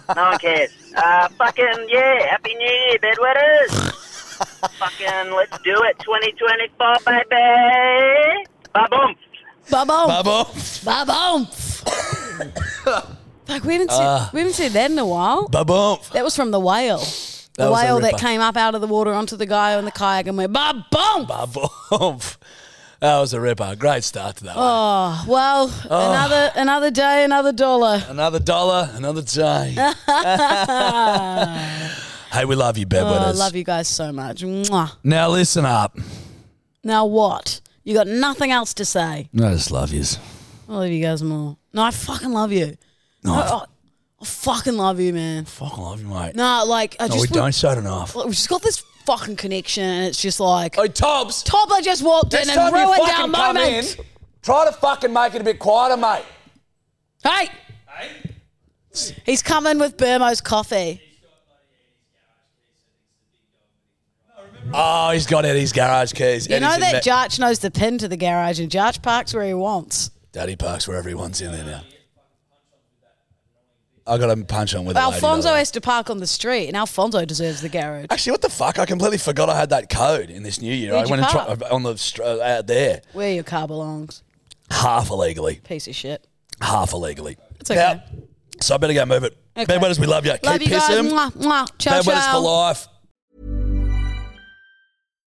[SPEAKER 11] ya? No one cares. Uh, fucking, yeah, Happy New Year, bedwetters. fucking, let's do it. 2024, baby. Ba-boom.
[SPEAKER 2] Ba-boom.
[SPEAKER 1] Ba-boom.
[SPEAKER 2] Ba-boom. Fuck, we haven't, said,
[SPEAKER 1] Ah.
[SPEAKER 2] we haven't said that in a while.
[SPEAKER 1] Ba-boom.
[SPEAKER 2] That was from the whale.
[SPEAKER 1] That
[SPEAKER 2] The
[SPEAKER 1] was a
[SPEAKER 2] whale that
[SPEAKER 1] ripper.
[SPEAKER 2] came up out of the water onto the guy on the kayak and went, ba-boom.
[SPEAKER 1] Ba-boom. That was a ripper. Great start to that one.
[SPEAKER 2] Oh, well,
[SPEAKER 1] Oh.
[SPEAKER 2] another another day, another dollar.
[SPEAKER 1] Another dollar, another day. hey, we love you,
[SPEAKER 2] Oh, I
[SPEAKER 1] bedwetters.
[SPEAKER 2] love you guys so much. Mwah.
[SPEAKER 1] Now listen up.
[SPEAKER 2] Now what? You got nothing else to say.
[SPEAKER 1] I just love yous.
[SPEAKER 2] I love you guys more. No, I fucking love you.
[SPEAKER 1] No,
[SPEAKER 2] I,
[SPEAKER 1] I-
[SPEAKER 2] I- I fucking love you, man.
[SPEAKER 1] Fucking love you, mate.
[SPEAKER 2] No, like
[SPEAKER 1] No,
[SPEAKER 2] I just
[SPEAKER 1] we
[SPEAKER 2] would-
[SPEAKER 1] don't shut it off.
[SPEAKER 2] Like, we've just got this fucking connection, and it's just like,
[SPEAKER 1] oh, Tobs,
[SPEAKER 2] Tobler just walked in and ruined our moment.
[SPEAKER 1] try to fucking make it a bit quieter, mate.
[SPEAKER 2] Hey, he's coming with Burmo's coffee.
[SPEAKER 1] Oh, he's got Eddie's garage keys.
[SPEAKER 2] You know
[SPEAKER 1] Eddie's in
[SPEAKER 2] that Jarch knows the pin to the garage, and Jarch parks where he wants.
[SPEAKER 1] Daddy parks where everyone's in there now. I got a punch on with a lady, by the
[SPEAKER 2] Alfonso
[SPEAKER 1] way.
[SPEAKER 2] has to park on the street, and Alfonso deserves the garage.
[SPEAKER 1] Actually, what the fuck? I completely forgot I had that code in this new year.
[SPEAKER 2] Where'd
[SPEAKER 1] I
[SPEAKER 2] you
[SPEAKER 1] went and
[SPEAKER 2] park?
[SPEAKER 1] tried on the str- uh, out there
[SPEAKER 2] Where your car belongs.
[SPEAKER 1] half illegally,
[SPEAKER 2] Piece of shit.
[SPEAKER 1] half illegally.
[SPEAKER 2] It's okay.
[SPEAKER 1] So I better go move it.
[SPEAKER 2] Okay.
[SPEAKER 1] Bedwetters, we love you.
[SPEAKER 2] Love
[SPEAKER 1] Keep
[SPEAKER 2] you guys.
[SPEAKER 1] pissing.
[SPEAKER 2] Mwah, mwah. Ciao,
[SPEAKER 1] Bedwetters
[SPEAKER 2] ciao.
[SPEAKER 1] for life.